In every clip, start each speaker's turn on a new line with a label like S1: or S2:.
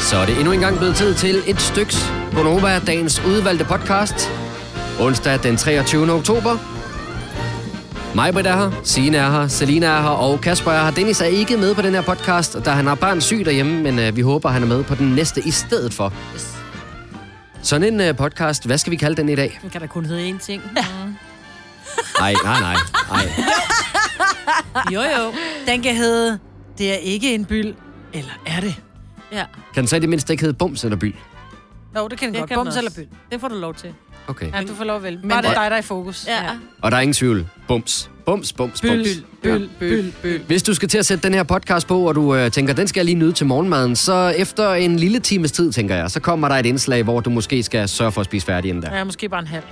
S1: Så er det endnu en gang blevet tid til et styks Bonova, dagens udvalgte podcast. Onsdag den 23. oktober. Majbrit er her, Signe er her, Selina er her, og Kasper er her. Dennis er ikke med på den her podcast, da han har barn syg derhjemme, men øh, vi håber, han er med på den næste i stedet for. Sådan en øh, podcast, hvad skal vi kalde den i dag?
S2: Den kan da kun hedde én ting.
S1: Nej, nej, nej, nej.
S2: Jo, jo. Den kan hedde, det er ikke en byld, eller er det?
S3: Ja,
S1: Kan den så i det mindste ikke hedde Bums eller By?
S2: Jo, det kan den
S3: det
S2: godt.
S3: kan
S2: Bums
S3: den
S2: eller
S3: også.
S2: byld.
S3: Det får du lov til.
S1: Okay.
S2: Ja, du får lov vel.
S3: Men
S2: Bare det er
S3: det-
S2: dig, der er i fokus.
S3: Ja. ja.
S1: Og der er ingen tvivl. Bums. Bums, bums, bums.
S2: Byld, byld, byld, byld.
S1: Hvis du skal til at sætte den her podcast på, og du øh, tænker, den skal jeg lige nyde til morgenmaden, så efter en lille times tid, tænker jeg, så kommer der et indslag, hvor du måske skal sørge for at spise færdig inden da.
S2: Ja, måske bare en halv.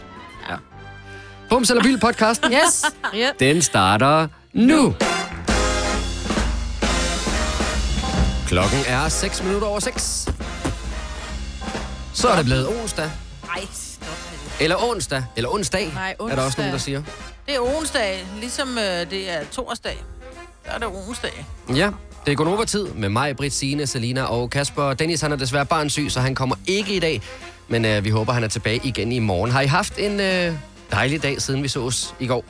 S1: Bums eller Byld podcasten,
S2: Yes. Ja.
S1: den starter nu. Klokken er 6 minutter over 6. Så er det blevet onsdag.
S3: Ej, stop med det.
S1: Eller onsdag. Eller onsdag,
S3: Nej,
S1: er der også
S3: onsdag.
S1: nogen, der siger.
S3: Det er onsdag, ligesom øh, det er torsdag. Der er det onsdag.
S1: Ja, det er over tid med mig, Britt, Signe, Selina og Kasper. Dennis han er desværre barnsyg, så han kommer ikke i dag. Men øh, vi håber, han er tilbage igen i morgen. Har I haft en øh, dejlig dag, siden vi sås i går?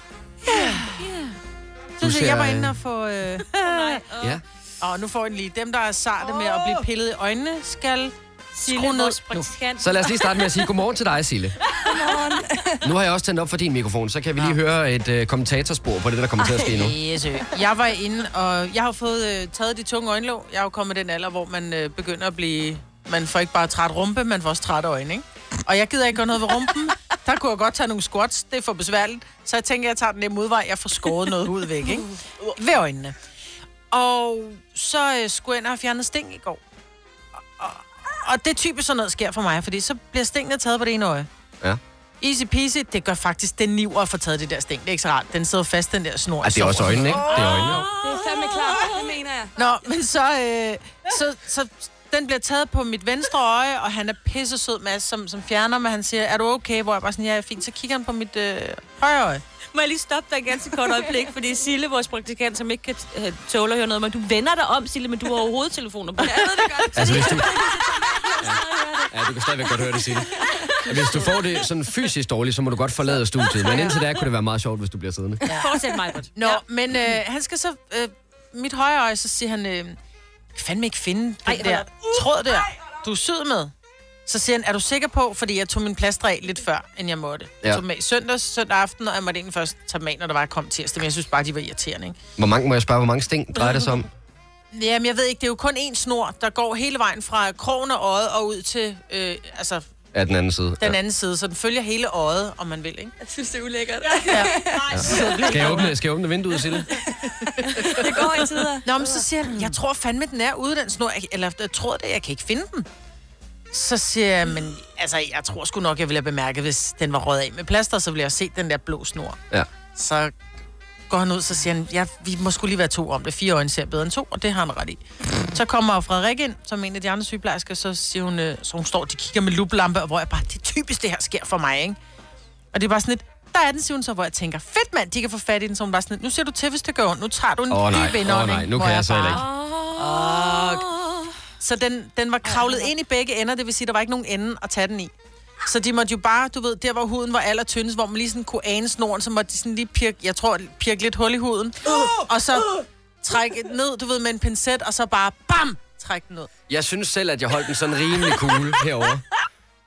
S3: Så siger, jeg var
S1: ser,
S3: inde
S1: øh,
S3: og få... Øh,
S1: Ja.
S3: og nu får jeg den lige. Dem, der er sarte med at blive pillet i øjnene, skal skrue ned. Nu.
S1: Så lad os lige starte med at sige godmorgen til dig, Sille. Godmorgen. Nu har jeg også tændt op for din mikrofon, så kan vi lige høre et øh, kommentatorspor på det, der kommer til at ske nu.
S3: Yes, øh. jeg var inde, og jeg har fået øh, taget de tunge øjenlåg. Jeg er jo kommet i den alder, hvor man øh, begynder at blive... Man får ikke bare træt rumpe, man får også træt øjne, ikke? Og jeg gider ikke gøre noget ved rumpen. Der kunne jeg godt tage nogle squats, det er for besværligt. Så jeg tænker, jeg tager den nemme udvej, jeg får skåret noget hud væk, ikke? Ved øjnene. Og så øh, skulle jeg ind og have fjernet sting i går. Og, og, og det er typisk sådan noget, der sker for mig, fordi så bliver stingene taget på det ene øje.
S1: Ja.
S3: Easy peasy, det gør faktisk den niver at få taget det der sting. Det er ikke så rart. Den sidder fast, den der snor. i
S1: Ah, det er også
S3: såret.
S1: øjnene, ikke? Det er øjnene.
S4: Det er fandme klart, det mener jeg.
S3: Nå, men så, øh, så, så den bliver taget på mit venstre øje, og han er pisse sød, Mads, som, som fjerner mig. Han siger, er du okay? Hvor jeg bare sådan, ja, jeg er fint. Så kigger han på mit øh, højre øje.
S4: Må jeg lige stoppe dig ganske kort øjeblik, fordi Sille, vores praktikant, som ikke kan øh, tåle at høre noget, men du vender dig om, Sille, men du har overhovedet telefoner på. Ja, jeg ved det godt.
S1: Altså, hvis du... Ja. ja, du kan stadigvæk godt høre det, Signe. Hvis du får det sådan fysisk dårligt, så må du godt forlade studiet. Men indtil da kunne det være meget sjovt, hvis du bliver siddende.
S4: Fortsæt mig, Britt.
S3: Nå, ja. men øh, han skal så... Øh, mit højre øje, så siger han... Øh, jeg kan fandme ikke finde den
S4: Ej,
S3: Ej,
S4: hold
S3: der
S4: op.
S3: tråd der. Du er syd med. Så siger han, er du sikker på, fordi jeg tog min plaster af lidt før, end jeg måtte. Ja. Jeg
S1: Ja.
S3: tog dem af søndags, søndag aften, og jeg måtte egentlig først tage dem af, når der var jeg kom tirsdag. Men jeg synes bare, de var irriterende, ikke?
S1: Hvor mange, må jeg spørge, hvor mange sting drejer det sig om?
S3: Jamen, jeg ved ikke, det er jo kun én snor, der går hele vejen fra krogen af øjet og ud til øh, altså,
S1: Af den anden side.
S3: den anden side, så den følger hele øjet, om man vil, ikke?
S4: Jeg synes, det er ulækkert.
S1: Ja. Skal, jeg åbne, skal jeg åbne vinduet, Sille?
S4: Det går i tider.
S3: Nå, men så siger han, jeg tror fandme, den er ude, den snor, jeg, eller jeg tror det, jeg kan ikke finde den. Så siger jeg, men altså, jeg tror sgu nok, jeg ville have bemærket, hvis den var røget af med plaster, så ville jeg have set den der blå snor.
S1: Ja.
S3: Så går han ud, så siger han, ja, vi må skulle lige være to om det. Fire øjne ser bedre end to, og det har han ret i. Så kommer Frederik ind, som en af de andre sygeplejersker, så siger hun, øh, så hun står, de kigger med luplampe, og hvor jeg bare, det er typisk, det her sker for mig, ikke? Og det er bare sådan lidt, der er den, siger hun så, hvor jeg tænker, fedt mand, de kan få fat i den, så hun bare sådan lidt, nu ser du til, hvis det gør ondt, nu tager du en
S1: Åh oh, nej,
S3: dyb
S1: åh
S3: indånding.
S1: oh, nej, nu
S3: hvor
S1: kan jeg
S3: jeg
S1: så heller
S3: bare-
S1: ikke.
S3: så den, den var kravlet ind i begge ender, det vil sige, der var ikke nogen ende at tage den i. Så de måtte jo bare, du ved, der hvor huden var allertyndest, hvor man lige sådan kunne ane snoren, så måtte de sådan lige pirke, jeg tror, pirke lidt hul i huden. Og så trække den ned, du ved, med en pincet, og så bare bam, trække den ned.
S1: Jeg synes selv, at jeg holdt den sådan rimelig cool herover.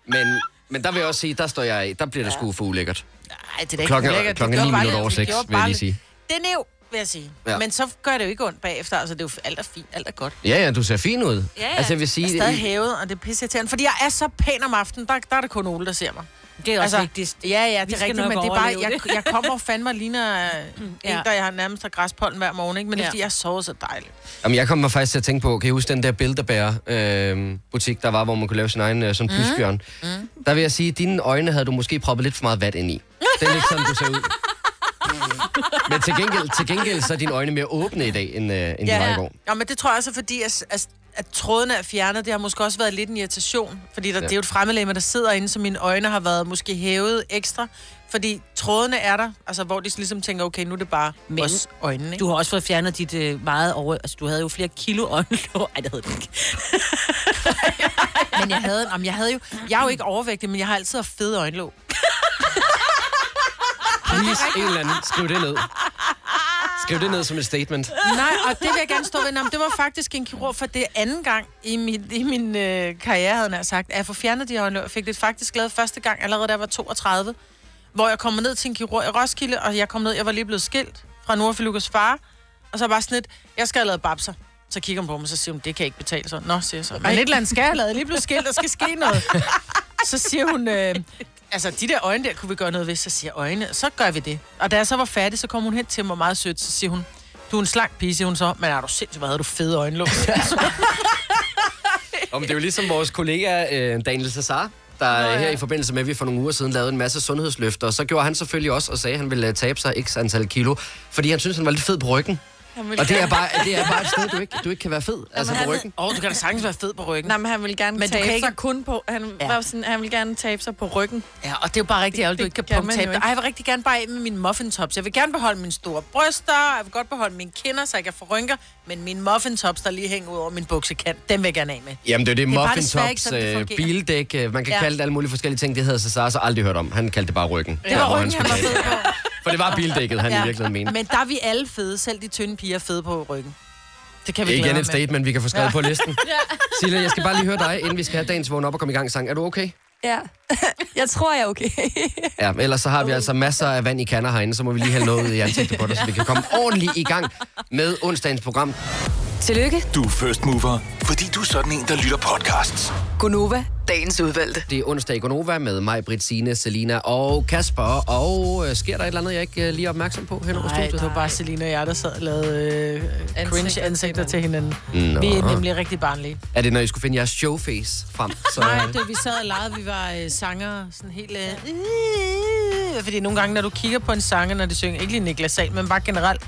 S1: Men, men der vil jeg også sige, der står jeg af. Der bliver det sgu for ulækkert.
S3: Ej, det er da ikke
S1: Klokken er-
S3: ulækkert. Det
S1: klokken er
S3: gjorde
S1: ni
S3: bare
S1: minutter
S3: lidt-
S1: over
S3: det
S1: seks,
S3: gjorde
S1: vil jeg
S3: bare
S1: lige sige.
S3: lidt- Det er nev, vil jeg sige.
S1: Ja.
S3: Ja. Men så gør det jo ikke ondt bagefter, altså det er jo alt er fint, alt er godt.
S1: Ja, ja, du ser fin ud.
S4: Ja, ja.
S1: Altså, jeg vil sige,
S3: Jeg er stadig hævet, og det er pisseirriterende, fordi jeg er så pæn om aftenen, der, der er det kun Ole, der ser mig.
S4: Det er også altså, vigtigst.
S3: Ja, ja, det
S4: Vi
S3: er
S4: skal
S3: rigtigt,
S4: nok
S3: men det er bare,
S4: overleve
S3: jeg,
S4: det.
S3: jeg kommer fandme og ligner øh,
S4: Mm, ja.
S3: en, der jeg har nærmest har græspollen hver morgen, ikke? men det er
S4: Ja.
S3: fordi, jeg sover så dejligt.
S1: Jamen, jeg kommer faktisk til at tænke på, kan I huske den der Bilderberg-butik, øh, der var, hvor man kunne lave sin egen øh, sådan pysbjørn? Mm. Der vil jeg sige, at dine øjne havde du måske proppet lidt for meget vand ind i. Det er lidt sådan, du ser ud. Men til gengæld, til gengæld så er dine øjne mere åbne i dag, end, øh, end de var i går.
S3: Nå, men det tror jeg også er fordi, at, at, at trådene er fjernet, det har måske også været lidt en irritation. Fordi der, ja. det er jo et fremmedlæme, der sidder inde, så mine øjne har været måske hævet ekstra. Fordi trådene er der, altså hvor de ligesom tænker, okay, nu er det bare Men, os øjnene. Ikke?
S4: Du har også fået fjernet dit øh, meget over... Altså, du havde jo flere kilo øjenlåg. Ej, det havde du ikke.
S3: Men jeg havde, jamen, jeg havde jo... Jeg er jo ikke overvægtig, men jeg har altid haft fede øjenlåg.
S1: Please, en eller anden, skriv det ned. Skriv det ned som et statement.
S3: Nej, og det vil jeg gerne stå ved. Nå, men det var faktisk en kirurg, for det er anden gang i min, i min øh, karriere, havde jeg nær sagt, at jeg får fjernet de øjenlåg. Jeg fik det faktisk lavet første gang, allerede da jeg var 32, hvor jeg kom ned til en kirurg i Roskilde, og jeg kom ned, jeg var lige blevet skilt fra Nordfilukas far, og så bare sådan lidt, jeg skal have lavet babser. Så kigger hun på mig, så siger hun, det kan ikke betale sig. Nå, siger jeg så. Men et eller andet skal jeg have lavet, Jeg er lige blevet skilt, der skal ske noget. Så siger hun, øh, altså de der øjne der, kunne vi gøre noget ved? Så siger jeg, øjne, så gør vi det. Og da jeg så var færdig, så kom hun hen til mig meget sødt, så siger hun, du er en slank pige, siger hun så, men er du sindssygt, hvad havde du fede øjenlåg?
S1: Altså, Om det er jo ligesom vores kollega øh, Daniel Cesar, der Nå, ja. her i forbindelse med, at vi for nogle uger siden lavede en masse sundhedsløfter, og så gjorde han selvfølgelig også og sagde, at han ville øh, tabe sig x antal kilo, fordi han synes han var lidt fed på ryggen.
S5: Han
S1: Og det er bare, det er bare et sted, du ikke, du ikke kan være fed, altså
S5: han
S1: på
S5: er-
S1: ryggen.
S3: Åh, oh, du kan da sagtens være fed på ryggen.
S5: Nej, men han ville gerne
S3: Men
S5: men
S3: du
S5: tabe
S3: kan
S5: ikke...
S3: ikke-
S5: sig kun på... Han,
S3: Ja.
S5: ja. var sådan, han ville gerne tabe sig på ryggen.
S3: Ja, og det er jo bare rigtig ærgerligt, du ikke kan,
S5: kan
S3: kan
S5: man jo
S3: punktabe dig.
S5: ikke.
S3: Ej, jeg vil rigtig gerne bare af med mine muffintops. Jeg vil gerne beholde mine store bryster, jeg vil godt beholde mine kinder, så jeg kan få rynker, men mine muffintops, der lige hænger ud over min buksekant, dem vil jeg gerne af med.
S1: Jamen, det er det,
S3: Det er bare
S1: muffin
S3: desværre ikke
S1: tops,
S3: sådan, det
S1: øh,
S3: fungerer.
S1: bildæk, øh, man kan
S3: Ja.
S1: kalde det alle mulige forskellige ting, det havde Cesar så aldrig hørt om. Han kaldte det bare ryggen.
S3: Det var
S1: hvor
S3: ryggen, han var
S1: skulle
S3: fed
S1: have
S3: på.
S1: For det var bildækket, han
S3: Ja.
S1: i virkeligheden mente.
S3: Men der er vi alle fede, selv de tynde piger er fede på ryggen. Det kan vi
S1: Det
S3: glæde
S1: er igen
S3: ham
S1: et
S3: med.
S1: statement, vi kan få skrevet ja. på listen. Sille, jeg skal bare lige høre dig, inden vi skal have dagens vågen op og komme i gang sang. Er du okay?
S5: Ja. jeg tror, jeg er okay.
S1: Ja, ellers så har vi altså masser af vand i kander herinde, så må vi lige have noget ud i ansigtet på dig, så vi kan komme ordentligt i gang med onsdagens program.
S6: Tillykke,
S7: Du er first mover, fordi du er sådan en, der lytter podcasts.
S6: Gunova, dagens udvalgte.
S1: Det er onsdag i Gonova med mig, Britt, Signe, Selina og Kasper. Og øh, sker der et eller andet, jeg ikke øh, lige er opmærksom på hen over
S3: Nej, det
S1: studiet?
S3: var bare Selina og jeg, der sad og lavede øh, cringe ansigter til hinanden.
S1: Nå.
S3: Vi er nemlig rigtig barnlige.
S1: Er det, når I skulle finde jeres showface frem? Så,
S3: Nej,
S1: øh,
S3: da vi sad og legede, vi var øh, sanger, sådan helt... Øh, fordi nogle gange, når du kigger på en sanger, når de synger, ikke lige Niklas Sahl, men bare generelt,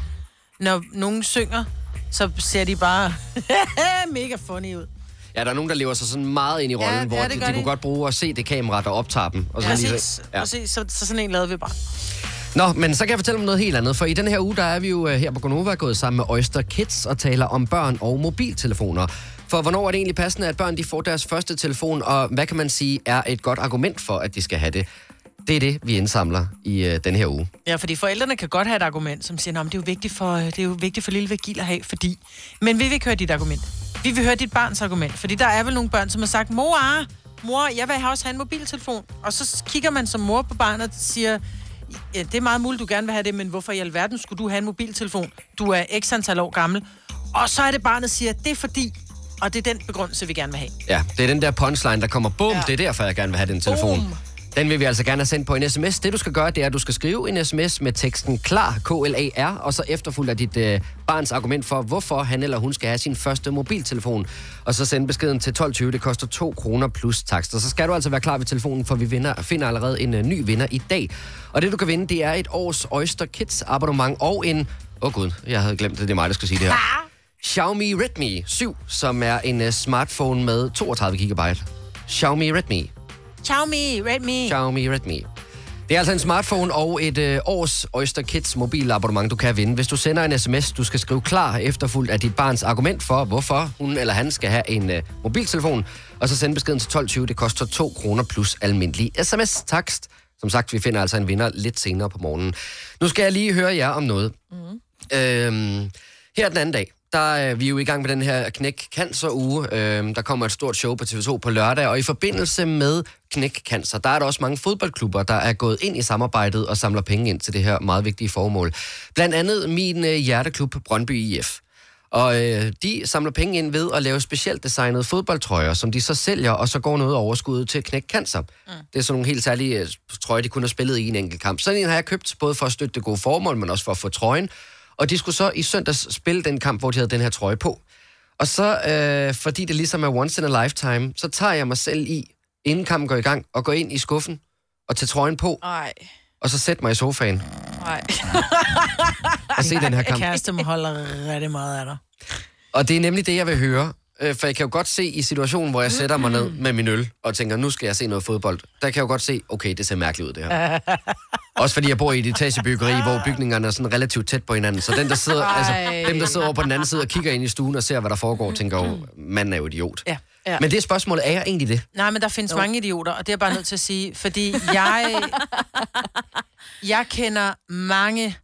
S3: når nogen synger, så ser de bare mega funny ud.
S1: ja, der er nogen, der lever sig sådan meget ind i rollen,
S3: ja,
S1: hvor
S3: det
S1: de,
S3: gør
S1: de
S3: de.
S1: kunne godt bruge at se det kamera, der optager dem. Og så
S3: Præcis,
S1: ja.
S3: præcis så, så sådan en lavede vi bare.
S1: Nå, men så kan jeg fortælle om noget helt andet, for i den her uge, der er vi jo øh, her på Gonova gået sammen med Oyster Kids og taler om børn og mobiltelefoner. For hvornår er det egentlig passende, at børn de får deres første telefon, og hvad kan man sige er et godt argument for, at de skal have det? Det er det, vi indsamler i øh, den her uge.
S3: Ja, fordi forældrene kan godt have et argument, som siger, "Nå, men det er jo vigtigt for, det er jo vigtigt for lille Virgil at have, fordi... Men vi vil ikke høre dit argument. Vi vil høre dit barns argument, fordi der er vel nogle børn, som har sagt, mor, ah, mor, jeg vil også have en mobiltelefon. Og så kigger man som mor på barnet og siger, ja, det er meget muligt, du gerne vil have det, men hvorfor i alverden skulle du have en mobiltelefon? Du er x antal år gammel. Og så er det barnet siger, det er fordi, og det er den begrundelse, vi gerne vil have.
S1: Ja, det er den der punchline, der kommer. Bum, ja. det er derfor, jeg gerne vil have den telefon. Boom. Den vil vi altså gerne have sendt på en sms. Det, du skal gøre, det er, at du skal skrive en sms med teksten KLAR, K-L-A-R, og så efterfulgt af dit øh, barns argument for, hvorfor han eller hun skal have sin første mobiltelefon. Og så sende beskeden til 12.20. Det koster 2 kroner plus takst. Og så skal du altså være klar ved telefonen, for vi vinder, finder allerede en øh, ny vinder i dag. Og det, du kan vinde, det er et års Oyster Kids abonnement og en... Åh oh, gud, jeg havde glemt, at det er mig, der skulle sige det her. Xiaomi Redmi 7, som er en uh, smartphone med 32 GB. Xiaomi Redmi.
S3: Xiaomi, Redmi.
S1: Xiaomi Redmi. Det er altså en smartphone og et øh, års Oyster Kids mobilabonnement, du kan vinde. Hvis du sender en sms, du skal skrive klar efterfuldt af dit barns argument for, hvorfor hun eller han skal have en øh, mobiltelefon. Og så send beskeden til 1220. Det koster 2 kroner plus almindelig sms-takst. Som sagt, vi finder altså en vinder lidt senere på morgenen. Nu skal jeg lige høre jer om noget. Øhm, her den anden dag, der er vi jo i gang med den her Knæk Cancer uge. Øhm, der kommer et stort show på TV2 på lørdag, og i forbindelse med Knæk Cancer, der er der også mange fodboldklubber, der er gået ind i samarbejdet og samler penge ind til det her meget vigtige formål. Blandt andet min øh, hjerteklub Brøndby IF. Og øh, de samler penge ind ved at lave specielt designede fodboldtrøjer, som de så sælger, og så går noget af overskuddet til at knække cancer. Mm. Det er sådan nogle helt særlige øh, trøjer, de kun har spillet i en enkelt kamp. Sådan en har jeg købt, både for at støtte det gode formål, men også for at få trøjen. Og de skulle så i søndags spille den kamp, hvor de havde den her trøje på. Og så, øh, fordi det ligesom er once in a lifetime, så tager jeg mig selv i, inden kampen går i gang, og går ind i skuffen og tager trøjen på,
S5: Nej,
S1: og så sætter mig i sofaen
S5: nej.
S1: og se den her kamp.
S3: Kæreste holder rigtig meget af dig.
S1: Og det er nemlig det, jeg vil høre. øh, for jeg kan jo godt se i situationen, hvor jeg sætter mig ned med min øl og tænker, nu skal jeg se noget fodbold. Der kan jeg jo godt se, okay, det ser mærkeligt ud det her. Også fordi jeg bor i et etagebyggeri, hvor bygningerne er sådan relativt tæt på hinanden. Så den, der sidder, altså, dem, der sidder over på den anden side og kigger ind i stuen og ser, hvad der foregår, tænker jo, manden er jo idiot.
S3: Ja.
S1: Ja. Men det er spørgsmålet, er jeg egentlig det?
S3: Nej, men der findes mange idioter, og det er jeg bare nødt til at sige, fordi jeg, jeg kender mange,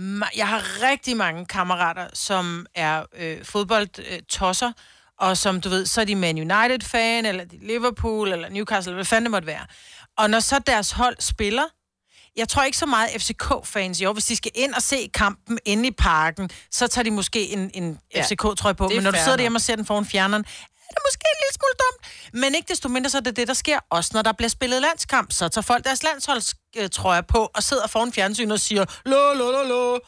S3: ma- jeg har rigtig mange kammerater, som er øh, fodboldtosser, og som du ved, så er de Man United-fan, eller de er Liverpool, eller Newcastle, eller hvad fanden det måtte være. Og når så deres hold spiller, jeg tror ikke så meget FCK-fans i år. Hvis de skal ind og se kampen inde i parken, så tager de måske en, en
S5: Ja,
S3: ja, FCK-trøje på.
S5: det er
S3: Men når du
S5: fair
S3: sidder
S5: nok.
S3: derhjemme og ser den foran fjerneren, er det måske en lille smule dumt. Men ikke desto mindre, så er det det, der sker. Også når der bliver spillet landskamp, så tager folk deres landsholdstrøje på og sidder foran fjernsynet og siger, lo, lo, lo, lo.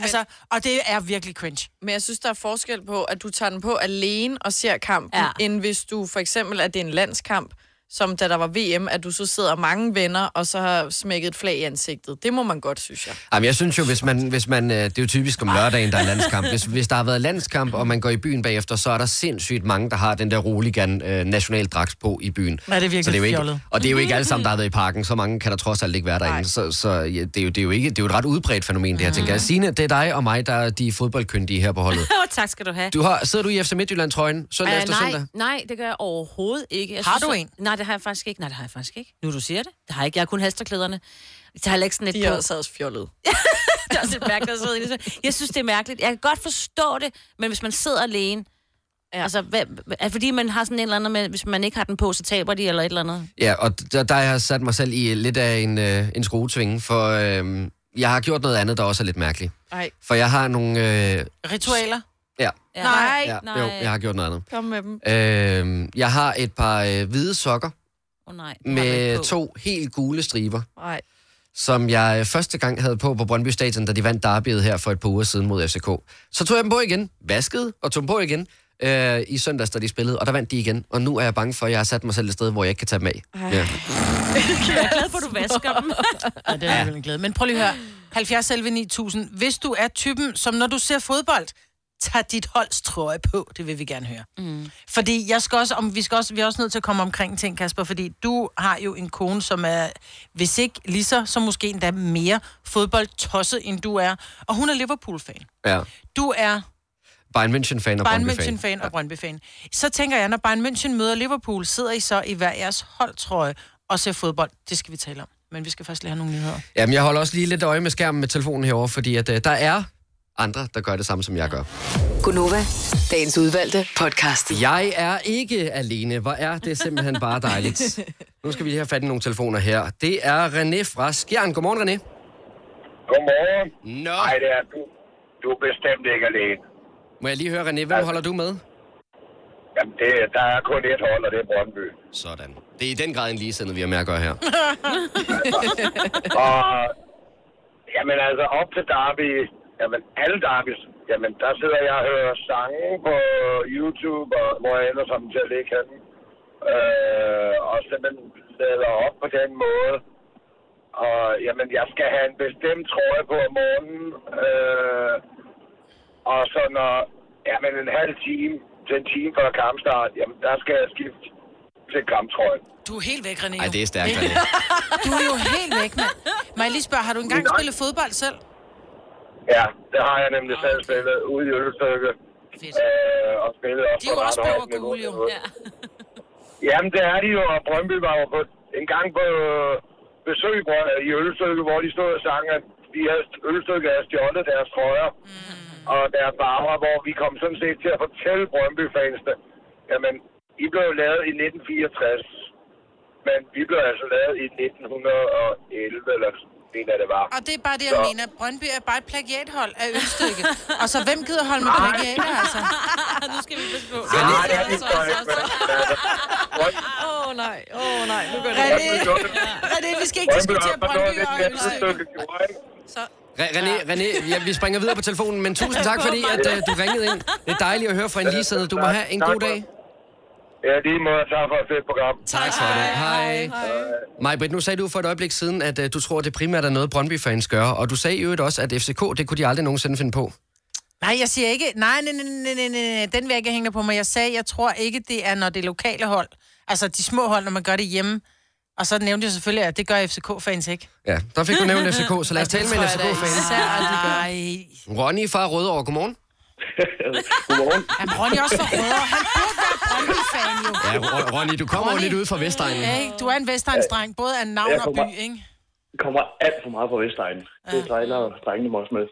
S3: Altså, og det er virkelig cringe.
S5: Men jeg synes, der er forskel på, at du tager den på alene og ser kampen,
S4: Ja.
S5: ja. end hvis du for eksempel, at det er en landskamp, som da der var VM, at du så sidder mange venner, og så har smækket et flag i ansigtet. Det må man godt, synes jeg.
S1: Jamen, jeg synes jo, hvis man, hvis man, øh, det er jo typisk om lørdagen, der er landskamp. Hvis, hvis der har været landskamp, og man går i byen bagefter, så er der sindssygt mange, der har den der roligan øh, nationaldragt på i byen.
S3: Ja, det er virkelig
S1: så det er jo ikke,
S3: fjollet.
S1: Og det er jo ikke alle sammen, der har været i parken. Så mange kan der trods alt ikke være derinde. Så, så ja, det, er jo, det, er jo ikke, det er jo et ret udbredt fænomen,
S3: Mm.
S1: det her, tænker jeg. Signe, det er dig og mig, der er de fodboldkyndige her på holdet.
S4: Åh, tak skal du have.
S1: Du har, sidder du i FC Midtjylland-trøjen søndag
S4: Øh,
S1: efter
S4: nej,
S1: søndag?
S4: nej, det gør jeg overhovedet ikke. Jeg
S3: Har du
S4: at-
S3: en?
S4: Nej, det har jeg faktisk ikke. Nej, det har jeg faktisk ikke. Nu du siger det. Det har jeg ikke. Jeg har kun halsterklæderne. Jeg har heller ikke sådan et
S5: De
S4: på.
S5: er også også fjollet.
S4: Det er også lidt mærkeligt at sidde inde i sådan- Jeg synes, det er mærkeligt. Jeg kan godt forstå det, men hvis man sidder alene, ja. altså, hvad, er fordi man har sådan en eller anden med, hvis man ikke har den på, så taber de eller et eller andet.
S1: Ja, og der, der har jeg sat mig selv i lidt af en, øh, en skruetvinge, for øh, jeg har gjort noget andet, der også er lidt mærkeligt.
S5: Ej.
S1: For jeg har nogle... Øh,
S3: Ritualer.
S1: ja,
S4: Ja.
S3: Nej.
S1: ja,
S4: nej.
S1: jo, jeg har gjort noget andet.
S5: Kom med dem.
S1: Øh, jeg har et par øh, hvide sokker
S4: Oh, nej. den har man ikke
S1: med
S4: på.
S1: to helt gule striber,
S5: Nej.
S1: som jeg øh, første gang havde på på Brøndby Stadion, da de vandt derbyet her for et par uger siden mod FCK. Så tog jeg dem på igen, vaskede og tog dem på igen øh, i søndags, da de spillede, og der vandt de igen. Og nu er jeg bange for, at jeg har sat mig selv et sted, hvor jeg ikke kan tage dem af. Ja.
S4: Jeg er glad for, at du vasker dem.
S3: Ja, det er vel en glæde. Men prøv lige at høre. 70 selv 9000. Hvis du er typen, som når du ser fodbold, tager dit holds trøje på. Det vil vi gerne høre. Mm. Fordi jeg skal også, om, vi, skal også, vi er også nødt til at komme omkring ting, Kasper, fordi du har jo en kone, som er, hvis ikke lige så, så måske endda mere fodboldtosset, end du er. Og hun er Liverpool-fan.
S1: ja.
S3: Du er
S1: Bayern München-fan og
S3: Bayern
S1: Brøndby-fan.
S3: München-fan og Brøndby-fan. Så tænker jeg, når Bayern München møder Liverpool, sidder I så i hver jeres holdtrøje og ser fodbold. Det skal vi tale om. Men vi skal først lige have nogle nyheder.
S1: Jamen, jeg holder også lige lidt øje med skærmen med telefonen herover, fordi at, øh, der er andre, der gør det samme, som jeg gør.
S8: Gunova, dagens udvalgte podcast.
S1: Jeg er ikke alene. Hvor er det simpelthen bare dejligt. Nu skal vi lige have fat i nogle telefoner her. Det er René fra Skjern. Godmorgen, René.
S9: Godmorgen.
S1: Nå,
S9: Nej, det er du. Du er bestemt ikke alene.
S1: må jeg lige høre, René, hvem holder du med?
S9: Jamen, det, der er kun et hold, og det er Brøndby.
S1: Sådan. Det er i den grad en ligesindet, vi har med at gøre her.
S9: Og, jamen altså, op til Derby, jamen alle Derbys, jamen der sidder jeg og hører sange på YouTube, og hvor jeg ender sammen til at ligge henne. Øh, og simpelthen sætter op på den måde. Og jamen, jeg skal have en bestemt trøje på om morgenen. Øh, og så når, jamen en halv time til en time før kampstart, jamen der skal jeg skifte til kamptrøjen.
S3: Du er helt væk, René.
S1: Ej, det er stærkt,
S3: Ikke?
S1: René.
S3: Du er jo helt væk, mand. Må jeg lige spørge, har du engang
S9: Nej.
S3: spillet fodbold selv?
S9: Ja, det har jeg nemlig selv spillet ude i Ølstykke.
S3: Fedt.
S9: Øh, og spillet også
S3: De er jo
S9: på ret
S3: også
S9: højt
S3: blå og
S9: niveau.
S3: gule, jo.
S4: Ja.
S9: Jamen, det er de jo, og Brøndby var jo på, en gang på øh, besøg i Brøn- i Ølstykke, hvor de stod og sang, at de havde, Ølstykke havde stjålet deres trøjer
S3: Mm.
S9: og deres farver, hvor vi kom sådan set til at fortælle Brøndby-fansene, jamen, I blev jo lavet i 1964, men vi blev altså lavet i 1911, eller det, det var.
S3: Og det er bare det, jeg
S9: Så.
S3: mener. Brøndby er bare et plagiathold af Ølstykke. Og så hvem gider holde med plagiater, altså?
S4: nu skal vi passe på.
S9: Nej, det er de
S4: altså?
S9: så ikke, men altså, Brøndby-
S5: Åh oh, nej, åh oh, nej. Nu gør det.
S3: René,
S9: Brøndby gjorde det.
S3: René, vi skal ikke
S9: Brøndby
S3: diskutere
S9: har forstået
S3: Brøndby
S9: lidt
S3: og
S9: mere
S3: Ølstykke.
S9: stykke gjorde, ikke?
S1: Re- René, René ja, vi springer videre på telefonen, men tusind tak, fordi at, øh, du ringede ind. Det er dejligt at høre fra en ligesindet. Du må have en god dag.
S9: Ja, lige måde. Tak for et fedt program.
S1: Tak for det. Hej. Maj Britt, nu sagde du for et øjeblik siden, at øh, du tror, det primært er noget, Brøndby-fans gør. Og du sagde i øvrigt også, at FCK, det kunne de aldrig nogensinde finde på.
S3: Nej, jeg siger ikke, nej, nej, nej, nej, nej, nej, nej, den vil jeg ikke hænge på mig. Jeg sagde, jeg tror ikke, det er, når det er lokale hold. Altså de små hold, når man gør det hjemme. Og så nævnte jeg selvfølgelig, at det gør FCK-fans ikke.
S1: Ja, der fik du nævnt FCK, så lad os tale med en FCK-fan.
S3: Nej.
S1: Ronny fra Rødovre, godmorgen.
S10: Godmorgen.
S3: Jamen, Ronny er også for rødder. Han burde være Brøndby-fan jo.
S1: Ja, Ro- Ronny, du kommer jo
S3: Ronny.
S1: lidt ud fra Vestegnen.
S3: Ja, ikke? Du er en vestegnsdreng, både af navn
S10: Jeg
S3: og
S10: kommer-
S3: by, ikke?
S10: Kommer alt for meget fra Vestegnen. Det sejler drengene mig også med.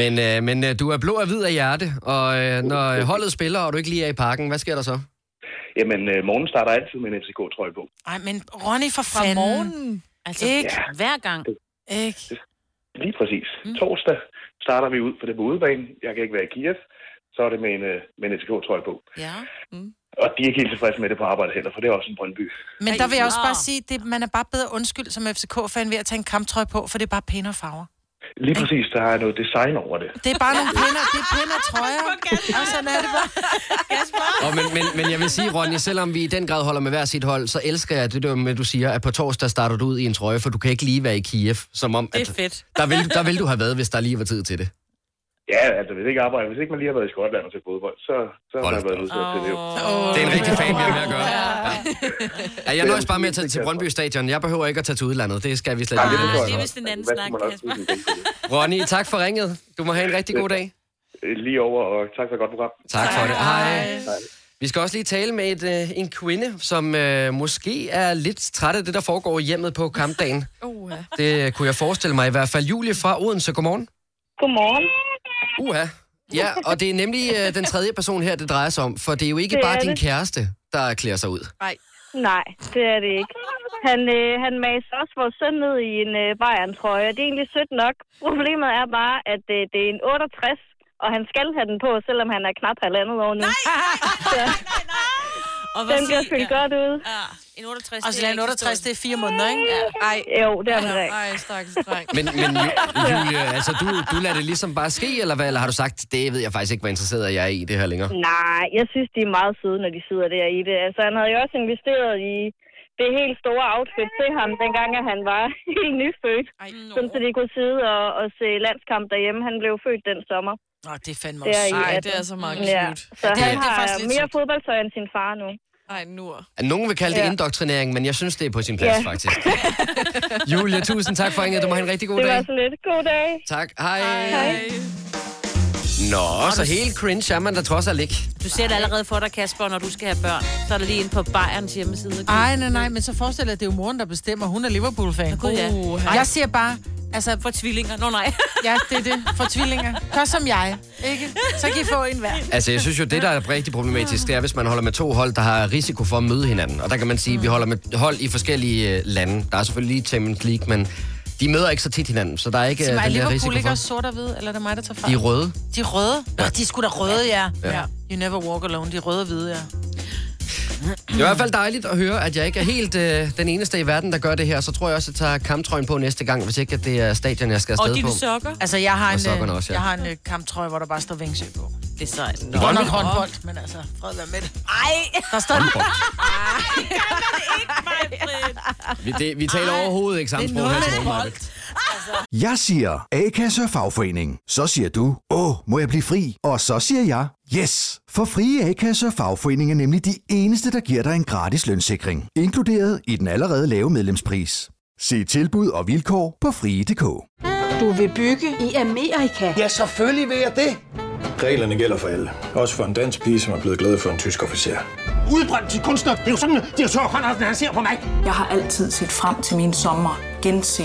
S1: Men, øh, men øh, du er blå og hvid af hjerte, og øh, når øh, holdet spiller, og du ikke lige er i parken, hvad sker der så?
S10: Jamen, øh, morgen starter altid med en FCK-trøje på.
S3: Ej, men Ronny for
S11: Fra
S3: fanden.
S11: morgenen.
S4: Altså,
S3: Ikke?
S4: hver gang.
S3: Ikke?
S10: Lige præcis. Mm. Torsdag starter vi ud, for det er på udebane. Jeg kan ikke være i Kiev. Så er det med en, øh, med en FCK-trøje på.
S4: Ja.
S10: Og de er ikke helt tilfredse med det på arbejde heller, for det er også en Brøndby.
S3: Men der vil jeg også
S4: Nå.
S3: bare sige, at man er bare bedre undskyld som FCK-fan ved at tage en kamptrøje på, for det er bare pænere farver.
S10: Lige præcis, der er noget design over det.
S3: Det er bare nogle pænere, det er pænere trøjer. Og sådan er det bare.
S1: Og, men, men, men jeg vil sige, Ronny, selvom vi i den grad holder med hver sit hold, så elsker jeg det der med, at du siger, at på torsdag starter du ud i en trøje, for du kan ikke lige være i Kiev, som om,
S4: Det
S1: at
S4: er fedt.
S1: der vil, der vil du have været, hvis der lige var tid til det.
S10: Ja, altså hvis ikke arbejder, hvis ikke man lige har været i Skotland og til fodbold, så, så har
S1: Hold
S10: man været nødt til at det.
S1: Det er en rigtig fan, vi har med at gøre. Ja. Ja, jeg nøjes bare med at tage til Brøndby Stadion. Jeg behøver ikke at tage til udlandet. Det skal vi slet
S4: det
S1: ikke.
S4: forstår jeg det er vist en anden snak,
S1: Ronny, tak for ringet. Du må have en rigtig god dag.
S10: Lige over, og tak for et godt program.
S1: Tak for det. Hej. Vi skal også lige tale med et, øh, en kvinde, som øh, måske er lidt træt af det, der foregår i hjemmet på kampdagen.
S11: Uh,
S1: Det kunne jeg forestille mig i hvert fald. Julie fra Odense, godmorgen.
S12: Godmorgen.
S1: Uha. Ja, og det er nemlig øh, den tredje person her, det drejer sig om, for det er jo ikke
S12: Det
S1: bare
S12: er
S1: din
S12: det.
S1: kæreste, der klæder sig ud.
S12: Nej, det er det ikke. Han, øh, han maser også vores søn ned i en øh, Bayern-trøje, og det er egentlig sødt nok. Problemet er bare, at øh, det er en 68, og han skal have den på, selvom han er knap halvandet år nu. Nej,
S4: Og
S12: den bliver
S4: siger-
S12: fyldt godt ud.
S4: Ja, en 68.
S3: Og så
S4: det
S3: en
S4: er
S3: 68,
S4: ikke
S3: det er fire måneder, ikke?
S11: ej,
S12: Jo, det er den ikke.
S11: ej, stakkels dreng.
S1: Men, men Ju- Julie, altså du, du lader det ligesom bare ske, eller hvad? Eller har du sagt, det ved jeg faktisk ikke, hvor interesseret jeg er i det her længere?
S12: Nej, jeg synes, de er meget søde, når de sidder der i det. Altså, han havde jo også investeret i det helt store outfit til ham, dengang at han var helt nyfødt.
S11: Ej,
S12: Sådan, så de kunne sidde og, og se landskamp derhjem. Han blev født den sommer.
S3: Nå, det er fandme
S12: Det
S3: også
S12: er i
S3: sødt.
S11: ej,
S12: at-
S11: det er så meget
S12: Ja,
S11: cute.
S12: så
S1: det-
S12: han
S1: det er
S12: har
S11: faktisk lidt
S12: mere
S11: sødt.
S12: fodboldtøj end sin far nu.
S11: Ej, nur.
S1: Nogen vil kalde det
S12: Ja.
S1: indoktrinering, men jeg synes, det er på sin plads,
S12: Ja.
S1: faktisk. Julie, tusind tak for ringet. Du må have en rigtig god
S12: Det var
S1: dag.
S12: så lidt. God dag.
S1: Tak. Hej. Hej. Nå, så helt cringe er man da trods alt ikke.
S4: Du ser det allerede for dig, Kasper, når du skal have børn. Så er der lige inde på Bayerns hjemmeside. ikke?
S3: Ej, nej, nej, men så forestil dig, at det er jo moren, der bestemmer. Hun er Liverpool-fan.
S4: Gud, ja.
S3: Uh, jeg siger bare, altså,
S4: For tvillinger. Nå nej.
S3: ja, det er det. For tvillinger. Gør som jeg, ikke? Så kan I få en hver.
S1: Altså, jeg synes jo, det, der er rigtig problematisk, det er, hvis man holder med to hold, der har risiko for at møde hinanden. Og der kan man sige, at vi holder med hold i forskellige øh, lande. Der er selvfølgelig lige Champions League, men de møder ikke så tit hinanden, så der er ikke øh,
S3: Sig mig, er
S1: den der risiko
S3: Liverpool ikke
S1: for.
S3: også sort og hvid, eller er det mig, der tager fejl?
S1: De er røde.
S3: De er røde. Nå, de er sgu da røde, ja. ja. You never walk alone. De er røde og hvide, ja.
S1: Det er i hvert fald dejligt at høre, at jeg ikke er helt øh, den eneste i verden, der gør det her. Så tror jeg også, at jeg tager kamptrøjen på næste gang, hvis ikke at det er stadion, jeg skal
S4: Og
S1: afsted på.
S4: dine sokker.
S3: Altså, jeg har
S1: Og
S3: en,
S1: sokkerne
S3: øh,
S1: også, ja.
S3: jeg har en øh, kamptrøje, hvor der bare står Vingsø på.
S4: Det er sejt.
S1: Nå,
S3: Under
S1: nå.
S3: håndbold, men altså, fred være med det.
S4: Ej,
S3: Der står en
S1: Vi, det, vi taler overhovedet ikke samme sprog
S3: noget
S1: her
S3: med
S1: til morgen. Maja.
S3: Altså.
S13: Jeg siger A-kasse og fagforening. Så siger du, åh, må jeg blive fri? Og så siger jeg, yes! For frie A-kasse og fagforening er nemlig de eneste, der giver dig en gratis lønssikring. Inkluderet i den allerede lave medlemspris. Se tilbud og vilkår på frie.dk.
S14: Reglerne gælder for alle. Også for en dansk pige, som er blevet glad for en tysk officer.
S13: Udbrøndt til kunstner! Det er jo sådan, at de har tørt, han ser på mig!
S12: Jeg har altid set frem til min sommer. Gense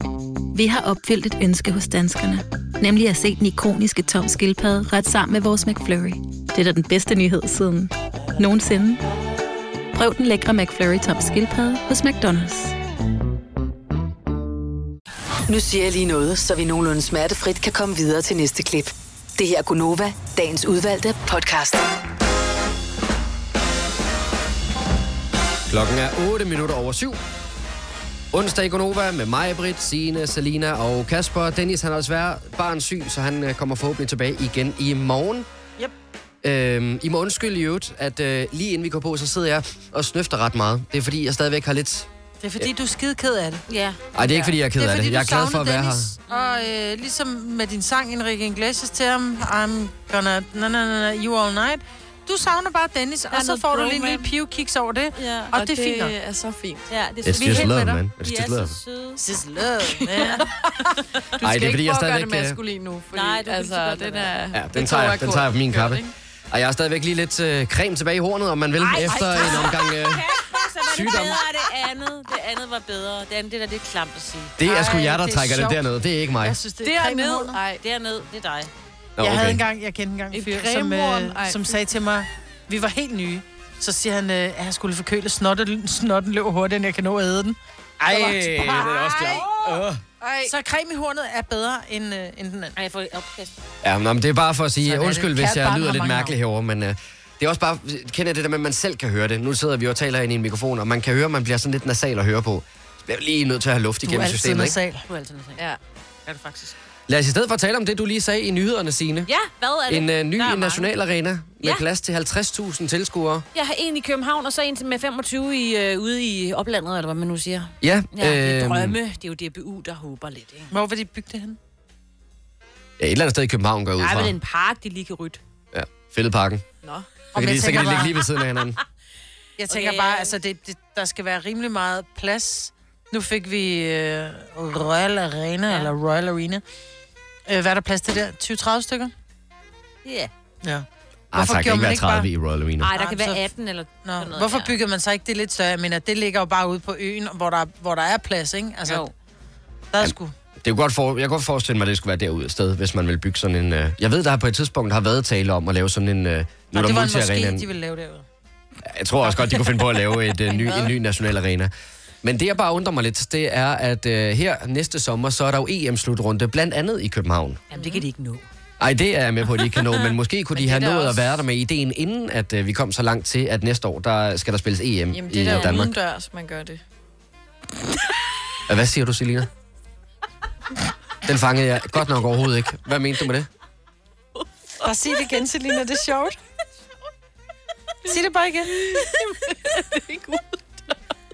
S12: Vi har opfyldt et ønske hos danskerne. Nemlig at se den ikoniske tom skildpadde ret sammen med vores McFlurry. Det er da den bedste nyhed siden nogensinde. Prøv den lækre McFlurry tom skildpadde hos McDonald's.
S6: Nu siger jeg lige noget, så vi nogenlunde smertefrit kan komme videre til næste klip. Det her er Gunova, dagens udvalgte podcast.
S1: Klokken er 8 minutter over 7. Onsdag i Gonova med mig, Britt, Signe, Selina og Kasper. Dennis han er desværre barnsyg, så han øh, kommer forhåbentlig tilbage igen i morgen.
S3: Yep.
S1: Øhm, I må undskylde i øvrigt, at øh, lige inden vi går på, så sidder jeg og snøfter ret meget. Det er fordi, jeg stadigvæk har lidt...
S3: Det er fordi, du er skide ked af det.
S4: Ja.
S1: Ej, det er ikke, fordi jeg er ked af det. Jeg er glad for at være
S3: Og øh, ligesom med din sang, Enrique Iglesias, til ham, I'm gonna, na, na, na, na, you all night. Du savner bare Dennis, og
S4: er
S3: så
S4: noget
S3: får du
S4: bro,
S3: lige en
S4: man.
S3: lille pivkiks over det,
S4: Ja,
S3: og, og det er fint nok.
S5: er så fint.
S4: Ja, det
S1: It's
S4: vi er
S1: just
S4: helt med
S1: love,
S4: dig.
S1: man. It's
S4: De
S1: just
S4: er
S1: love.
S4: så søde.
S5: It's just love, man.
S1: Du Ej, det er fordi, jeg stadigvæk...
S5: gøre det
S1: øh,
S5: maskulin nu, fordi
S4: Nej,
S5: Nej,
S4: du kan
S5: du
S4: lige så
S5: altså,
S4: godt lade
S5: den er...
S1: Ja,
S5: det
S1: den tager,
S5: tror
S1: jeg, den
S5: kun-
S1: tager jeg på min
S5: gør
S1: kappe.
S5: det, ikke?
S1: Og jeg har stadigvæk lige lidt øh, creme tilbage i hornet, om man vil,
S4: Ej,
S1: efter
S4: ej.
S1: en omgang... Øh,
S4: Så var det
S1: Sygdom.
S4: bedre af det andet. Det andet var bedre. Det andet, det der, det er klamt at sige.
S1: det er sgu
S3: Ej,
S1: jer, der
S3: det er
S1: trækker det
S3: sjovt.
S1: dernede. Det er ikke mig.
S3: Jeg synes, det er
S5: Dernede.
S3: cremehornet.
S5: Ej,
S4: Dernede, det er dig.
S1: Nå,
S3: Jeg havde
S1: okay.
S3: engang, jeg kendte engang en
S5: Et
S3: fyr, som,
S5: cremehorn.
S3: øh,
S5: Ej,
S3: som
S5: fy.
S3: sagde til mig, vi var helt nye. Så siger han, øh, at han skulle forkøle snotten, snotten løb hurtigere, end jeg kan nå at æde den.
S1: Ej,
S3: Jeg var
S1: det
S3: bare-
S1: er også klart. Øh.
S5: Ej,
S3: Så creme i hornet er bedre end, øh, end den anden.
S4: Ej, jeg får opkast.
S1: Ja, men, nå, men det er bare for at sige,
S3: Sådan er det.
S1: undskyld, hvis
S3: Kært
S1: jeg
S3: barn
S1: lyder
S3: har
S1: lidt
S3: mange
S1: mærkelig herovre, men øh, det er også bare, kender jeg det der med, at man selv kan høre det. Nu sidder vi og taler ind i en mikrofon, og man kan høre, at man bliver sådan lidt nasal at høre på. Så bliver jeg lige nødt til at have luft
S3: Du er
S1: igennem
S3: altid
S1: systemet, ikke?
S3: nasal.
S4: Du er altid noget
S5: Ja.
S4: Er det faktisk?
S1: Lad os i stedet for tale om det, du lige sagde i nyhederne, Signe.
S4: Ja, hvad er det?
S1: En øh, ny
S4: Der er mange.
S1: national arena med
S4: Ja.
S1: plads til 50.000 tilskuere.
S4: Jeg har en i København, og så en til- med 25 i, øh, ude i oplandet, eller hvad man nu siger.
S1: Ja,
S4: Ja, det er
S1: øhm,
S4: drømme. Det er jo DBU, der håber lidt, ikke?
S3: Hvor vil de bygge det hen?
S1: Ja, et eller andet sted i København går jeg ud
S4: Nej,
S1: fra.
S4: men en park, de lige kan rytte.
S1: Ja, Fældeparken. Så
S5: Nå.
S3: Om
S1: kan,
S3: jeg
S1: de, så
S3: tænker
S1: kan de ligge
S3: bare-
S1: lige ved siden af hinanden.
S3: Jeg tænker
S4: Okay,
S3: okay, bare,
S4: ja.
S3: altså, det, det, der skal være rimelig meget plads. Nu fik vi øh, Royal Arena,
S4: Ja.
S3: ja. eller Royal Arena. Øh, hvad er der plads til der? 20-30 stykker?
S4: Ja.
S3: Ja.
S1: Ej, tak, kan
S3: gjorde
S1: ikke
S3: man
S1: være
S3: ikke bare-
S1: 30 i Royal Arena.
S4: Nej, der
S3: Ej,
S4: kan
S3: men
S4: være
S3: så-
S4: 18 eller
S3: Nå,
S4: sådan noget.
S3: hvorfor
S4: ja.
S3: bygger man så ikke det lidt større? Jeg mener, det ligger jo bare ude på øen, hvor der, hvor der er plads, ikke? Altså,
S4: Jo.
S3: der er sgu...
S1: Det er jo godt for, jeg kan godt forestille mig, at det skulle være derude et sted, hvis man vil bygge sådan en... Øh, jeg ved, der har på et tidspunkt har været tale om at lave sådan en... Øh, nu er
S3: Nå,
S1: der
S3: det var en
S1: multiarena.
S3: moské, de ville lave derude.
S1: Jeg tror også godt, de kunne finde på at lave et, øh, ny, en ny national arena. Men det, jeg bare undrer mig lidt, det er, at øh, her næste sommer, så er der jo EM-slutrunde, blandt andet i København.
S4: Jamen, det kan de ikke nå.
S1: Ej, det er jeg med på, at de ikke kan nå, men måske kunne men de have
S5: det er da
S1: nået at
S5: også-
S1: være der med ideen, inden at øh, vi kom så langt til, at næste år, der skal der spilles EM
S5: Jamen,
S1: i
S5: det er
S1: øh,
S5: da
S1: Danmark.
S5: udendørs, man gør det.
S1: Ja, Hvad siger du, Selina? Den fangede jeg godt nok overhovedet ikke. Hvad mente du med det?
S3: Bare sig det igen, Selina, det er sjovt. Sig det bare igen.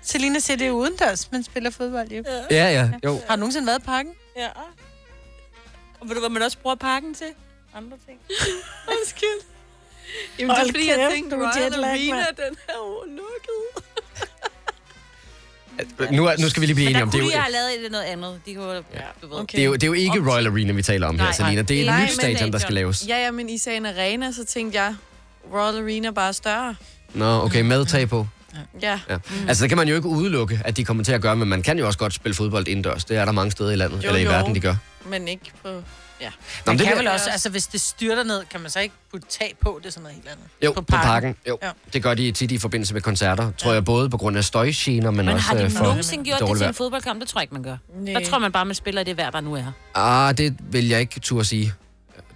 S3: Selina siger, det er udendørs, men spiller fodbold, jo.
S1: Ja, ja, jo.
S3: Har du nogensinde været i parken?
S4: Ja. Og ved du, hvad man også bruger parken til? Andre ting.
S5: Undskyld. Jamen, det er
S3: Hold
S5: fordi, jeg
S3: kæft,
S5: tænkte,
S3: du er
S5: Royal
S3: jetlag,
S5: Arena,
S3: mand.
S5: den er jo lukket.
S1: Øh, Nu, er- nu skal vi lige blive
S4: Men
S1: enige
S4: der
S1: om det. er
S4: kunne
S1: jo-
S4: de have lavet et- noget andet. De kunne, ja. du ved.
S1: Det er, jo, det er jo ikke
S4: Op til-
S1: Royal Arena, vi taler om her,
S4: Nej,
S1: Selina. Det er
S4: nej,
S1: et
S4: men
S1: nyt stadion, der skal
S4: stadion.
S1: laves.
S5: Ja, ja, men I sagde en arena, så tænkte jeg, Royal Arena bare er større.
S1: Nå, okay, med tag på.
S5: Ja.
S1: Ja. Altså, det kan man jo ikke udelukke, at de kommer til at gøre, men man kan jo også godt spille fodbold indendørs. Det er der mange steder i landet,
S5: Jo,
S1: eller i
S5: jo.
S1: verden, de gør.
S5: Men ikke på... Ja.
S1: Nå,
S3: Man
S1: men det
S3: det kan
S1: bliver-
S3: vel også, altså hvis det styrter ned, kan man så ikke putte tag på, det er sådan noget helt andet.
S1: Jo, på parken. På parken. Jo.
S3: Ja.
S1: Det gør de tit i forbindelse med koncerter. Tror jeg både på grund af støjgener, men,
S4: Men
S1: også
S4: har de
S1: øh, for
S4: nogensinde gjort det
S1: dårligt
S4: til en
S1: vejr.
S4: fodboldkamp? Det tror jeg ikke, man gør.
S5: Nej.
S4: Der tror man bare, man spiller i det vejr, der nu er.
S1: Ah, det vil jeg ikke turde sige.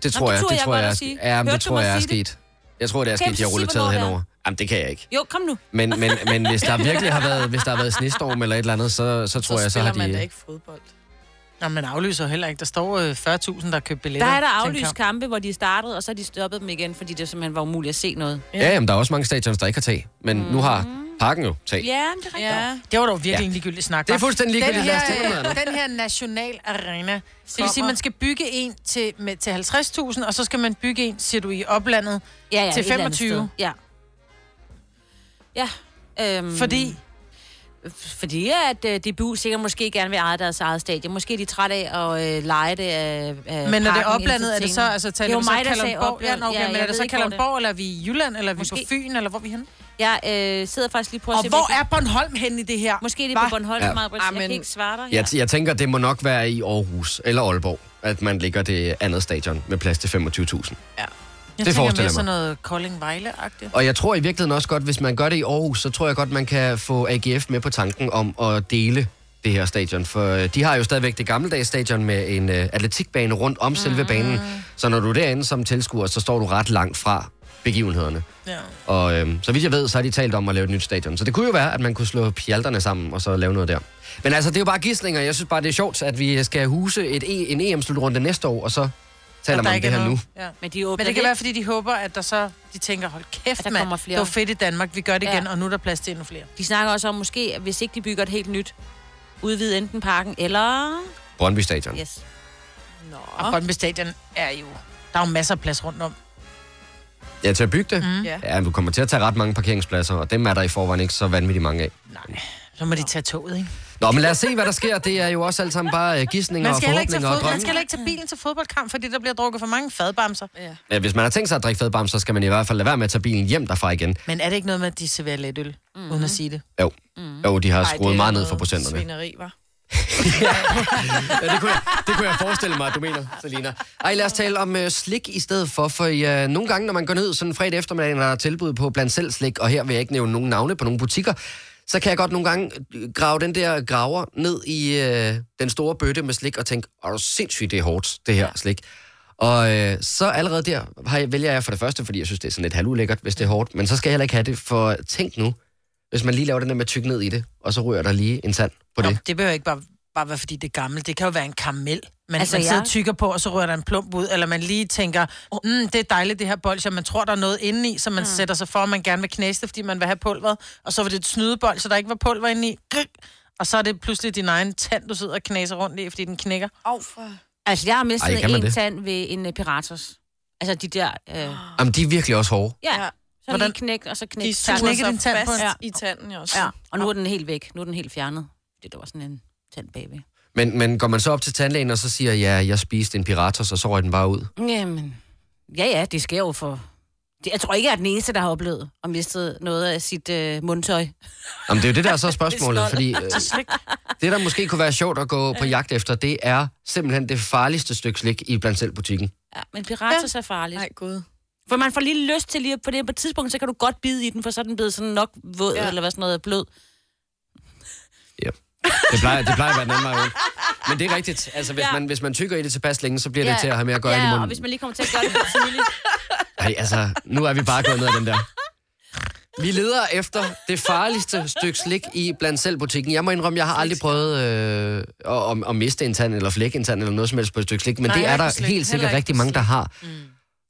S1: Det tror
S4: det
S1: jeg,
S4: turde
S1: det
S4: jeg
S1: tror
S4: godt
S1: jeg,
S4: at
S1: er-
S4: sige.
S1: ja, men
S4: Hørte
S1: det
S4: du
S1: tror
S4: mig
S1: jeg er
S4: sige det?
S1: sket. Jeg tror, det er
S4: Kan du
S1: sket, de
S4: så
S1: har
S4: sige,
S1: rullet
S4: hvornår
S1: taget
S4: det er?
S1: henover. Jamen, det kan jeg ikke.
S4: Jo, kom nu.
S1: Men, men, men hvis der virkelig har været, hvis der har været snestorm eller et eller andet, så, så tror
S5: så
S1: jeg, så
S5: spiller
S1: har de...
S5: man da ikke fodbold.
S3: Nå, man aflyser heller ikke. Der står øh, 40.000, der har købt
S4: Der
S3: billetter.
S4: er der
S3: til en
S4: aflyst
S3: kamp.
S4: kampe, hvor de startede, og så har de stoppet dem igen, fordi det simpelthen var umuligt at se noget.
S1: Ja, jamen, der er også mange stadions, der ikke har tag. Men mm. nu har parken jo tag. Yeah.
S4: Ja, men det er rigtigt. Ja.
S5: Mhm. Ja.
S3: Det var dog virkelig ja. en ligegyldig snak.
S1: Det er
S3: hva'?
S1: fuldstændig ligegyldigt.
S3: Den
S1: Lad os tale om
S3: her,
S1: noget andet.
S3: øh, den her national arena. Det vil sige, at man skal bygge en til, med, til 50.000, og så skal man bygge en, siger du, i oplandet.
S4: Ja, ja,
S3: Til
S4: et eller andet
S3: 25.
S4: sted. Ja. Ja. Øhm,
S3: Fordi
S4: Fordi at øh, DBU sikkert måske gerne vil eje deres eget stadion. Måske er de trætte af at øh, lege det af øh,
S3: Men når det er oplandet, er det så, altså, taler
S4: Det er
S3: vi så
S4: jo mig, der sagde
S3: Kalundborg? Ja,
S4: opland.
S3: nå, okay,
S4: Ja,
S3: men
S4: jeg
S3: er det
S4: ved
S3: så
S4: ikke, hvor det er.
S3: Kalundborg, eller er vi i Jylland, eller er vi
S4: Måske.
S3: på Fyn, eller hvor er vi henne?
S4: Jeg øh, sidder faktisk lige på at
S3: Og
S4: se,
S3: hvor
S4: hvilke-
S3: er Bornholm henne i det her?
S4: Måske er det på
S3: Hva?
S4: Bornholm,
S1: Ja.
S4: ja. Maja, jeg
S5: Amen.
S4: kan ikke svare dig.
S1: Jeg, t- jeg tænker, det må nok være i Aarhus eller Aalborg, at man ligger det andet stadion med plads til 25.000.
S3: Jeg
S1: Det
S3: tænker
S1: forestiller
S3: mere
S1: jeg mig.
S3: sådan noget Kolding-Vejle-agtigt.
S1: Og jeg tror i virkeligheden også godt, hvis man gør det i Aarhus, så tror jeg godt, man kan få AGF med på tanken om at dele det her stadion. For øh, de har jo stadigvæk det gammeldags stadion med en
S5: Ah.
S1: øh, atletikbane rundt om selve banen. Så når du er derinde som tilskuer, så står du ret langt fra begivenhederne.
S3: Ja.
S1: Og øhm, så vidt jeg ved, så har de talt om at lave et nyt stadion. Så det kunne jo være, at man kunne slå pjalterne sammen og så lave noget der. Men altså, det er jo bare gidslinger. Jeg synes bare, det er sjovt, at vi skal huse et e- en EM-slutrunde næste år, og så taler
S3: Og der
S1: man om
S3: ikke
S1: det
S3: er
S1: her nu.
S3: noget. Ja.
S4: Men, de
S3: Men det kan være, fordi de håber, at der så, de tænker, hold kæft, mand,
S4: kommer
S3: det
S4: flere.
S3: var fedt i Danmark, vi gør det
S4: Ja.
S3: igen, og nu er der plads til endnu flere.
S4: De snakker også om måske, at hvis ikke de bygger et helt nyt, udvide enten parken eller...
S1: Brøndby Stadion.
S4: Yes.
S3: Nå. Og Brøndby Stadion er jo, der er jo masser af plads rundt om.
S1: Ja, til at bygge det?
S3: Mm.
S1: Ja. ja, du kommer til at tage ret mange parkeringspladser, og dem er der i forvejen ikke så vanvittigt mange af.
S3: Så må de tage toget, ikke?
S1: Nå, men lad os se, hvad der sker. Det er jo også alt sammen bare øh, gidsninger
S3: Man
S1: og
S3: skal, heller ikke tage
S1: forhåbninger og
S3: fod, man
S1: drømme.
S3: skal heller ikke tage bilen til fodboldkamp, fordi der bliver drukket for mange fadbamser. Ja.
S1: Ja, hvis man har tænkt sig at drikke fadbam, så skal man i hvert fald lade være med at tage bilen hjem derfra igen.
S3: Men er det ikke noget med, at de serverer lidt øl, mm. uden at sige det?
S1: Jo, jo de har
S3: Ej, det
S1: skruet
S3: er
S1: meget ned
S3: noget
S1: for procenterne.
S5: Svineri, var.
S1: Ja, det, kunne jeg, det kunne jeg forestille mig, at du mener, Selina. Ej, lad os tale om øh, slik i stedet for, for øh, nogle gange, når man går ned sådan en fredag eftermiddag, når der er tilbud på blandt selv slik, og her vil jeg ikke nævne nogen navne på nogle butikker, så kan jeg godt nogle gange øh, grave den der graver ned i øh, den store bøtte med slik og tænke, åh, det er sindssygt, det er hårdt, det her ja. slik. Og øh, så allerede der har jeg, vælger jeg for det første, fordi jeg synes, det er sådan lidt halvulækkert, hvis det er hårdt, men så skal jeg heller ikke have det, for tænk nu, hvis man lige laver den der med tyk ned i det, og så rører der lige en sand på det.
S3: Det behøver ikke bare, bare være, fordi det er gammelt. Det kan jo være en karamel, man,
S4: Altså,
S3: altså, man sidder
S4: jeg-
S3: og tykker på, og så rører der en plump ud, eller man lige tænker, mm, det er dejligt, det her bolsje, man tror, der er noget indeni, så man mm. sætter sig for, at man gerne vil knæse det, fordi man vil have pulveret, og så var det et snydebolg, så der ikke var pulver indeni. Grik! Og så er det pludselig din egen tand, du sidder og knæser rundt i, fordi den knækker.
S5: Åh, for...
S4: Altså, jeg har mistet
S1: Ej, kan man
S4: en
S1: det?
S4: tand ved en uh, piratos. Altså, de der... Øh, ja,
S1: Jamen, de er virkelig også hårde.
S4: ja. så
S3: Hvordan-
S4: lige knæk, og så knæk.
S5: De suger sig fast i tanden også.
S4: Ja, og nu er den helt væk. Nu er den helt fjernet. Det der var sådan en tandbaby.
S1: Men, men går man så op til tandlægen, og så siger, ja, jeg spiste en piratos, og så røg den bare ud?
S4: Jamen, ja ja, det sker jo for... Det- Jeg tror ikke, jeg er den eneste, der har oplevet at miste noget af sit øh, mundtøj.
S1: Jamen, det er jo det, der er så
S4: Det
S1: spørgsmålet,
S4: er
S1: fordi
S4: snollet.
S1: øh, det, der måske kunne være sjovt at gå på jagt efter, det er simpelthen det farligste stykke slik i blandt selv butikken.
S4: Ja, men pirater er farligt. Nej,
S5: gud.
S4: For man får lige lyst til lige på det på et tidspunkt, så kan du godt bide i den, for så er den blevet sådan nok våd, ja. eller hvad sådan noget blød.
S1: Det plejer, det plejer at være den anden vej rundt. Men det er rigtigt. Altså, hvis, ja. man, hvis man tykker i det tilpas længe, så bliver det til at have med at gøre
S4: ja,
S1: ind i
S4: og
S1: munden.
S4: hvis man lige kommer til at gøre det for tidligt.
S1: Ej, altså, nu er vi bare gået ned ad den der. Vi leder efter det farligste stykke slik i blandt selv butikken. Jeg må indrømme, jeg har aldrig prøvet øh, at, at, at miste en tand eller flække en tand eller noget som helst på et stykke slik, men
S15: Nej,
S1: Nej, det er
S15: ikke
S1: der
S15: slik.
S1: helt
S15: Heller
S1: sikkert
S15: ikke
S1: rigtig mange, der har. Mm.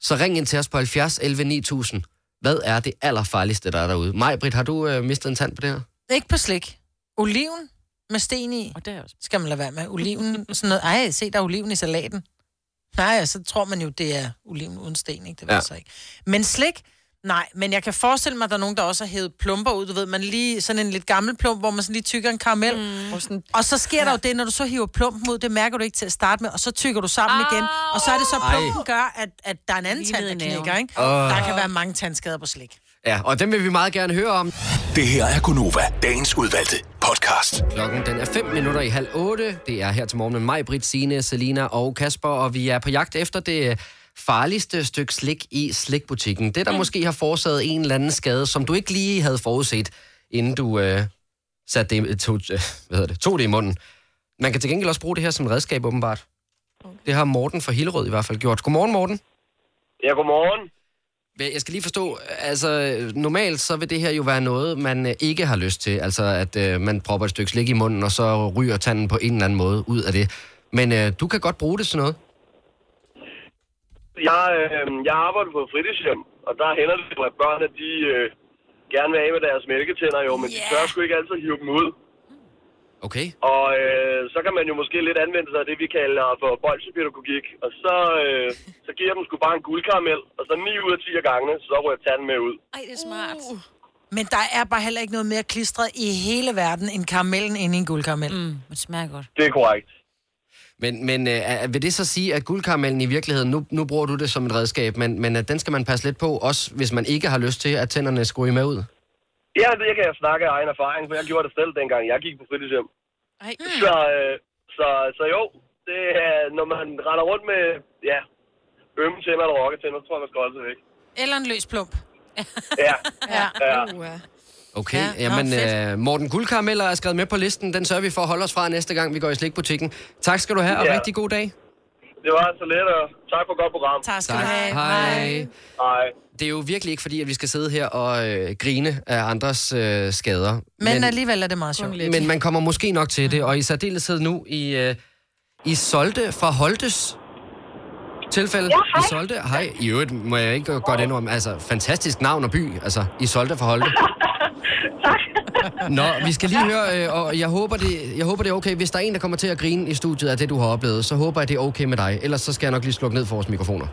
S1: Så ring ind til os på 70 11 9000. Hvad er det allerfarligste, der er derude? Majbrit, har du øh, mistet en tand på det her?
S3: Ikke på slik. Oliven med sten i.
S4: Og det er også.
S3: Skal man lade være med. Oliven, sådan noget. Ej, se, der er oliven i salaten. Nej, så tror man jo, det er oliven uden sten, ikke? Det ved
S2: Ja.
S3: ja. så ikke. Men slik? Nej, men jeg kan forestille mig, at der er nogen, der også har hævet plumper ud. Du ved, man lige sådan en lidt gammel plump, hvor man sådan lige tykker en karamel. Mm. Og, sådan, og så sker ja. der jo det, når du så hiver plumpen ud, det mærker du ikke til at starte med, og så tykker du sammen igen. Og så er det så,
S1: Ej.
S3: plumpen gør, at, at der er en anden tand, der knækker, ikke?
S1: Åh.
S3: Der kan være mange tandskader på slik.
S1: Ja, og dem vil vi meget gerne høre om.
S16: Det her er Gunova, dagens udvalgte podcast.
S1: Klokken den er 5 minutter i halv 8. Det er her til morgen med mig, Britt, Signe, Selina og Kasper, og vi er på jagt efter det farligste stykke slik i slikbutikken. Det, der måske har forårsaget en eller anden skade, som du ikke lige havde forudset, inden du øh, satte det, i- tog, øh, hvad hedder det, tog det i munden. Man kan til gengæld også bruge det her som et redskab, åbenbart. Det har Morten fra Hillerød i hvert fald gjort. Godmorgen, Morten.
S17: Ja, godmorgen.
S1: Jeg skal lige forstå, altså normalt så vil det her jo være noget, man øh, ikke har lyst til. Altså at øh, man propper et stykke slik i munden, og så ryger tanden på en eller anden måde ud af det. Men øh, du kan godt bruge det til noget.
S17: Jeg, øh, jeg arbejder på et fritidshjem, og der hænder det, jo, at børnene de, øh, gerne vil af med deres mælketænder, jo, men yeah. de tør sgu ikke altid hive dem ud.
S1: Okay.
S17: Og øh, så kan man jo måske lidt anvende sig af det, vi kalder for bolsjepædagogik. Og så, øh, så giver jeg dem sgu bare en guldkaramel, og så 9 ud af 10 af gangene, så rører tanden med ud.
S4: Ej, det er smart.
S3: Uh. Men der er bare heller ikke noget mere klistret i hele verden, end karamellen inde i en guldkaramel. Mm,
S4: det smager godt.
S17: Det er korrekt.
S1: Men, men øh, er- vil det så sige, at guldkaramellen i virkeligheden, nu, nu bruger du det som et redskab, men, men at den skal man passe lidt på, også hvis man ikke har lyst til, at tænderne skal ryge med ud?
S17: Ja, det kan jeg snakke af egen erfaring, for jeg gjorde det selv, dengang jeg gik på fritidshjem.
S5: Ej.
S17: Så, øh, så, så jo, det er, når man render rundt med ja, ømme tænder eller rokke tænder, så tror jeg, man skal holde sig væk.
S3: Eller en løs plump.
S17: Ja.
S3: ja.
S17: ja.
S1: Okay, ja, jamen øh, Morten Guldkarameller er skrevet med på listen. Den sørger vi for at holde os fra næste gang, vi går i slikbutikken. Tak skal du have, og
S17: Ja.
S1: rigtig god dag.
S17: Det var så let, og tak for et godt program.
S3: Tak
S1: Tak. Hej.
S17: Hej.
S1: Det er jo virkelig ikke fordi, at vi skal sidde her og øh, grine af andres øh, skader.
S3: Men, men alligevel er det meget sjovt.
S1: men man kommer måske nok til det, og i særdeleshed nu i, øh, i Solde fra Holtes tilfælde. Ja, hej. I Solde, hej. I øvrigt må jeg ikke godt indrømme, altså fantastisk navn og by, altså i Solde fra Holte. Nå, vi skal lige høre, øh, og jeg håber, det, jeg håber, det er okay. Hvis der er en, der kommer til at grine i studiet af det, du har oplevet, så håber jeg, det er okay med dig. Ellers så skal jeg nok lige slukke ned for vores mikrofoner.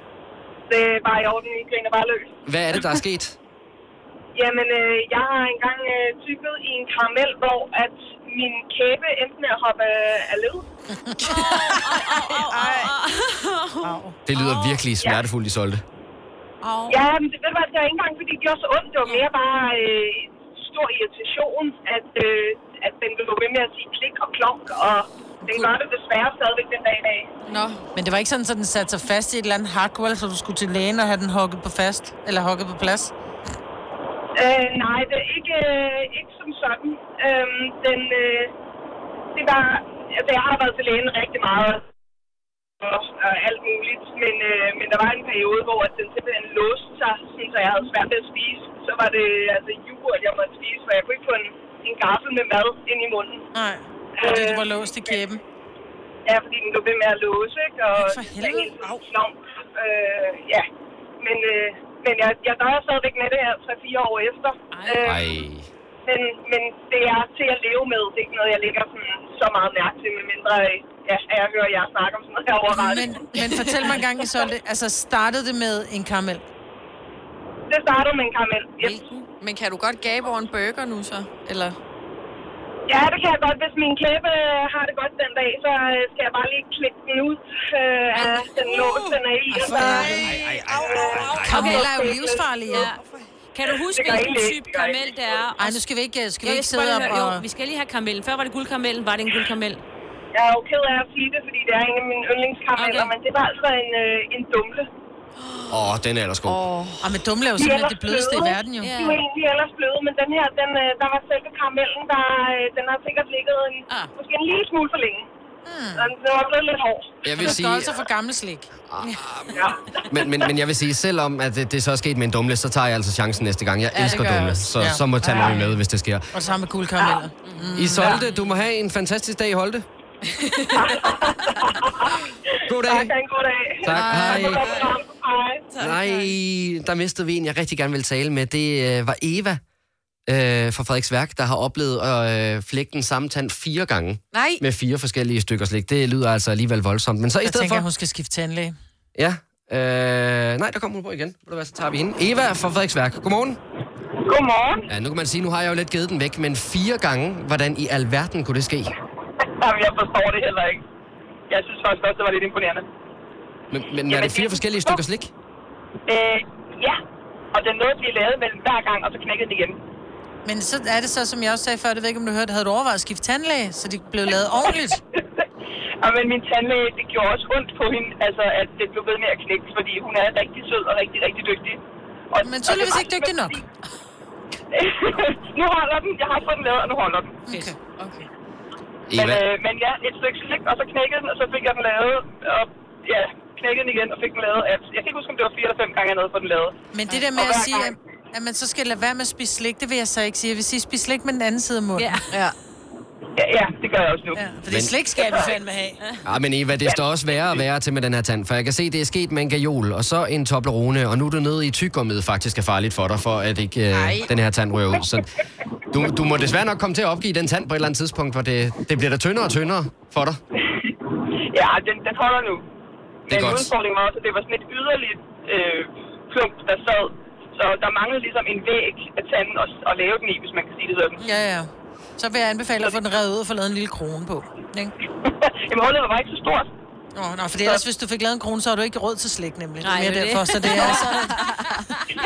S15: Det øh, var i orden, I griner bare løs.
S1: Hvad er det, der er sket?
S15: Jamen, øh, jeg har engang øh, tykket i en karamel, hvor at min kæbe endte med at hoppe øh, af led.
S1: Det lyder virkelig smertefuldt i Solde.
S15: ja, men det, ved du hvad, det var ikke engang, fordi det gjorde så ondt. Det var mere bare øh, stor irritation, at, øh, at den blev ved med at sige klik og klonk, og den gør det desværre stadigvæk den dag i dag.
S3: Nå. Men det var ikke sådan, at den satte sig fast i et eller andet hardware, så du skulle til lægen og have den hugget på fast, eller hugget på plads.
S15: Øh, nej, det er ikke, øh, ikke som sådan. Øhm, den, øh, det var, altså jeg har været til lægen rigtig meget og, og alt muligt, men, øh, men der var en periode, hvor at den simpelthen låste sig, sådan, så jeg havde svært ved at spise. Så var det altså yoghurt, jeg måtte spise, for jeg kunne ikke få en, en gaffel med mad ind i munden.
S3: Nej, fordi du var låst i kæben.
S15: Ja, fordi den blev ved med at låse, ikke? Og
S3: Ej, for helvede.
S15: Det er helt slump. Øh, ja, men, øh, men jeg, jeg døjer stadigvæk med det her 3-4 år efter. Øh,
S1: Ej.
S15: men, men det er til at leve med. Det er ikke noget, jeg lægger sådan, så meget mærke til, medmindre øh, ja, at jeg hører jer snakke om sådan noget her overrettet.
S3: Men, men fortæl mig engang, Isolde, altså startede det med en karamel?
S15: Det startede med en karamel,
S5: yes. Men kan du godt gabe over en burger nu så? Eller?
S15: Ja, det kan jeg godt. Hvis min kæbe øh, har det godt den dag, så øh, skal jeg bare lige klippe den ud øh, af den lås, den er i. og så-
S3: Karameller er jo livsfarlige. Ja.
S4: Kan du huske,
S15: Det gør
S4: hvilken
S15: ikke.
S4: type karamel det er? Altså-
S3: Ej, nu skal vi ikke, øh, skal vi
S4: Ja, jeg
S3: ikke sidde
S4: bare
S3: op
S4: lige høre-
S3: og...
S4: Jo, vi skal lige have karamellen. Før var det guldkaramellen, var det en guldkaramel?
S15: Jeg er jo ked af at sige det, fordi det er en af mine yndlingskarameller, okay. men det var altså en, øh, en dumle.
S1: Åh, den er ellers god.
S3: Åh, oh, men dumle er jo
S15: De
S3: simpelthen
S15: ellers
S3: det blødeste i
S15: bløde.
S3: verden, jo.
S15: De er jo egentlig ellers bløde, men den her, den, øh, der var selve karamellen, der, øh, den har sikkert ligget en, ah. måske en lille smule for længe. Hmm. Den var blevet lidt hård.
S1: Jeg vil sige- Ah,
S3: Stolser for gammel slik.
S15: Ja.
S1: Men, men, men jeg vil sige, selvom at det, det så er sket med en dumle, så tager jeg altså chancen næste gang. Jeg
S3: Ja, det
S1: elsker
S3: gør jeg
S1: dumle,
S3: også.
S1: så,
S3: Ja.
S1: så må tage mig
S3: Ja.
S1: med, hvis det sker.
S3: Og det samme med guldkarameller. Mm.
S1: I Solte, du må have en fantastisk dag i Holte. God dag.
S15: Tak, en god dag.
S1: Tak, hej.
S15: Hej.
S1: Nej, der mistede vi en, jeg rigtig gerne ville tale med. Det øh, var Eva øh, fra Frederiksværk, der har oplevet at øh, flække den samme tand fire gange.
S5: Nej.
S1: Med fire forskellige stykker slik. Det lyder altså alligevel voldsomt. Men så i
S3: Jeg
S1: stedet
S3: tænker,
S1: for...
S3: at hun skal skifte tandlæge.
S1: Ja. Øh, nej, der kommer hun på igen. Ved du hvad, så tager vi hende. Eva fra Frederiksværk. Godmorgen.
S15: Godmorgen.
S1: Ja, nu kan man sige, nu har jeg jo lidt givet den væk, men fire gange, hvordan i alverden kunne det ske?
S15: Jamen, jeg forstår det heller ikke. Jeg synes faktisk også, det var lidt imponerende.
S1: Men, men er det fire forskellige stykker slik?
S15: Øh, ja, og den nåede at blive lavet mellem hver gang, og så knækkede det igen.
S3: Men så er det så, som jeg også sagde før, det ved ikke, om du hørte, havde du overvejet at skifte tandlæge, så det blev lavet ordentligt.
S15: Og men min tandlæge, det gjorde også ondt på hende, altså at det blev ved med at knække, fordi hun er rigtig sød og rigtig, rigtig dygtig. Og,
S3: Men tydeligvis ikke dygtig nok.
S15: nu holder den. Jeg har fået den lavet, og nu holder den.
S3: Okay.
S15: Men, øh, men ja, et stykke slik, og så knækkede den, og så fik jeg den lavet, og ja, knækkede den igen og fik den lavet. At, jeg kan ikke huske, om det var fire eller fem gange, jeg nåede at få den lavet.
S3: Men det der med at sige, at, at man så skal lade være med at spise slik, det vil jeg så ikke sige. Jeg vil sige, spis slik med den anden side af munden. Ja, ja.
S15: Ja, ja det gør jeg også nu.
S3: Ja, fordi
S1: Men-
S3: men... slik skal vi fandme have.
S1: Ja, men Eva, det står også værre og værre til med den her tand, for jeg kan se, det er sket med en gajol, og så en Toblerone, og nu er du nede i tyggegummiet faktisk er farligt for dig, for at ikke
S5: Nej.
S1: øh, den her tand ryger ud. Så du, du må desværre nok komme til at opgive den tand på et eller andet tidspunkt, for det, det bliver da tyndere og tyndere for dig.
S15: Ja, den, den holder nu.
S1: Det er
S15: Men
S1: godt.
S15: udfordringen var også, at det var sådan et yderligt øh, klump, der sad. Så der manglede ligesom en væg af tanden at, at lave den i, hvis man kan sige det sådan.
S3: Ja, ja. Så vil jeg anbefale at få den revet ud og få lavet en lille krone på. Ikke?
S15: Jamen, hullet var ikke så stort.
S3: Nå, nå, for ellers, hvis du fik lavet en krone, så har du ikke råd til slik, nemlig.
S15: Nej,
S3: Nej, det er
S15: det
S3: mere
S15: er
S3: derfor,
S15: det.
S3: så det er altså... To
S15: Jamen,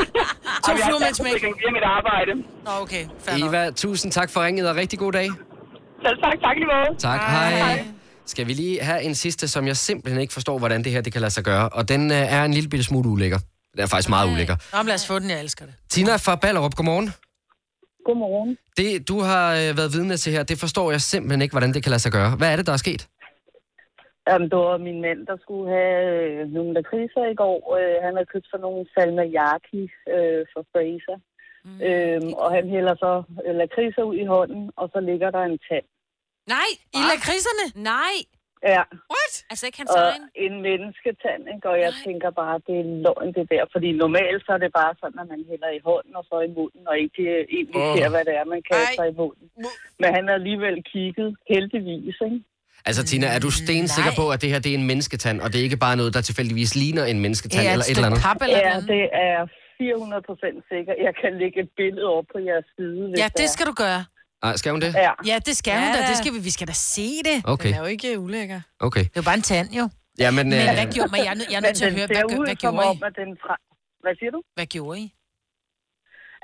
S15: jeg-
S3: fluer med
S15: jeg
S3: et
S15: kunne
S3: smæk.
S15: ikke via mit arbejde.
S3: Nå, okay.
S1: Eva, tusind tak for ringet, og rigtig god dag.
S15: Selv tak, tak lige måde.
S1: Tak, hej. hej. Skal vi lige have en sidste, som jeg simpelthen ikke forstår, hvordan det her det kan lade sig gøre, og den øh, er en lille bitte smule ulækker. Den er faktisk meget ulækker.
S3: Nå, men lad os få den, jeg elsker det.
S1: Tina fra Ballerup, godmorgen.
S18: Godmorgen.
S1: Det, du har øh, været vidne til her, det forstår jeg simpelthen ikke, hvordan det kan lade sig gøre. Hvad er det, der er sket?
S18: Jamen, det var min mand, der skulle have øh, nogle lakridser i går. Øh, han havde købt sådan nogle salmiakki øh, fra Fraser. Mm,
S3: Øh,
S18: øhm, og han hælder så øh, lakridser ud i hånden, og så ligger der en tand.
S4: Nej! I lakridserne? Nej!
S18: Ja.
S4: What? Altså ikke hans
S3: Øh,
S18: og
S4: egen?
S18: en mennesketand, ikke? og jeg Nej. tænker bare, det er løgn det der. Fordi normalt så er det bare sådan, at man hælder i hånden og så i munden, og ikke øh, egentlig
S1: Åh.
S18: ser, hvad det er, man kan sig i munden. Men han har alligevel kigget, heldigvis, ikke?
S1: Altså, Tina, er du stensikker på, at det her det er en mennesketand, og det er ikke bare noget, der tilfældigvis ligner en mennesketand eller et eller andet?
S18: Ja, det er 400% sikker. Jeg kan lægge et billede op på jeres side. Hvis
S2: Ja, det skal du gøre.
S1: Ah, skal hun det?
S18: Ja.
S2: Ja, det skal
S18: Ja,
S2: hun da.
S18: da.
S2: Det skal vi. Vi skal da se det.
S1: Okay. Den er
S2: jo ikke ulækker.
S1: Okay.
S2: Det er jo bare en tand, jo.
S1: Ja, men,
S2: Men
S1: øh,
S2: hvad gjorde man? Jeg er nødt jeg er nødt til at høre, hvad, gør- hvad gjorde I?
S18: Om, at den fra... Hvad siger du?
S2: Hvad gjorde I?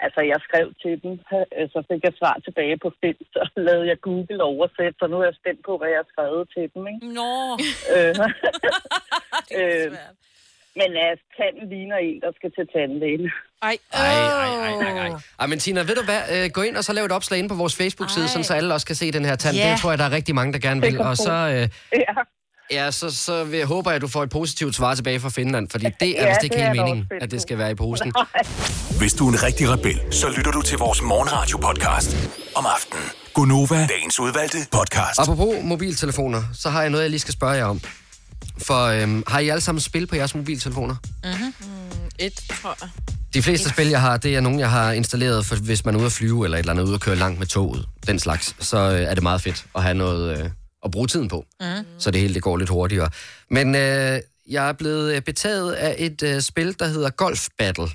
S18: Altså, jeg skrev til dem, øh, så fik jeg svar tilbage på film, så lavede jeg Google oversæt, så nu er jeg spændt på, hvad jeg har skrevet til dem, ikke?
S4: Nå!
S18: Øh, øh, men altså, tanden ligner en, der skal til tandlægen.
S5: Ej,
S1: Ej, ej, ej, ej, ej. Ej, men Tina, ved du hvad? Øh, Gå ind og så lav et opslag inde på vores Facebook-side, sådan, så alle også kan se den her tand.
S2: Ja.
S1: Det tror jeg, der er rigtig mange, der gerne vil.
S2: Det er
S1: Og så, øh,
S18: ja.
S1: ja, så, så vil, håber jeg, at du får et positivt svar tilbage fra Finland, fordi det er
S16: Ja,
S1: vist ikke
S16: det er
S1: helt
S16: jeg da
S1: meningen,
S16: også spændt
S1: at det skal være i posen.
S16: Hvis du er en rigtig rebel, så lytter du til vores morgenradio-podcast om aftenen. Gunova, dagens udvalgte podcast.
S1: Apropos mobiltelefoner, så har jeg noget, jeg lige skal spørge jer om. For øhm, har I alle sammen spil på jeres mobiltelefoner?
S5: Mm, et, tror jeg.
S1: De fleste spil, jeg har, det er nogle, jeg har installeret, for hvis man er ude at flyve eller et eller andet, ude at køre langt med toget, den slags, så øh, er det meget fedt at have noget øh, at bruge tiden på.
S19: Mm.
S1: Så det hele det går lidt hurtigere. Men øh, jeg er blevet øh, betaget af et øh, spil, der hedder Golf Battle,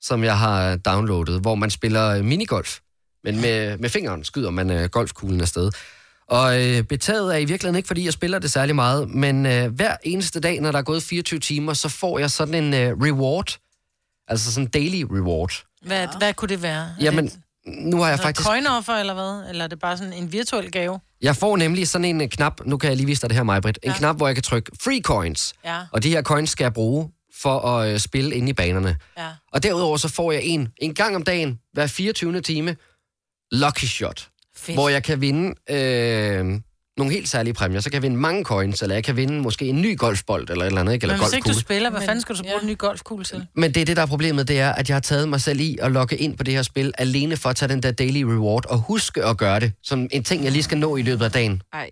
S1: som jeg har downloadet, hvor man spiller øh, minigolf. Men med, med fingeren skyder man øh, golfkuglen afsted. Og øh, betaget er i virkeligheden ikke, fordi jeg spiller det særlig meget, men øh, hver eneste dag, når der er gået 24 timer, så får jeg sådan en øh, reward, altså sådan en daily reward.
S2: Hvad, hvad kunne det være?
S1: Jamen, nu har jeg faktisk...
S2: Coinoffer eller hvad? Eller er det bare sådan en virtuel gave?
S1: Jeg får nemlig sådan en øh, knap, nu kan jeg lige vise dig det her, Majbrit, en ja. knap, hvor jeg kan trykke free coins,
S2: Ja.
S1: og de her coins skal jeg bruge for at øh, spille inde i banerne.
S2: Ja.
S1: Og derudover så får jeg en, en gang om dagen, hver 24. time, lucky shot,
S2: Fedt.
S1: hvor jeg kan vinde øh, nogle helt særlige præmier. Så kan jeg vinde mange coins, eller jeg kan vinde måske en ny golfbold, eller et eller andet, ikke? eller
S2: Men hvis ikke du
S1: golfkugle.
S2: spiller, hvad fanden skal du så bruge ja. den nye golfkugle til?
S1: Men det er det, der er problemet, det er, at jeg har taget mig selv i at logge ind på det her spil, alene for at tage den der daily reward, og huske at gøre det, som en ting, jeg lige skal nå i løbet af dagen.
S5: Ej.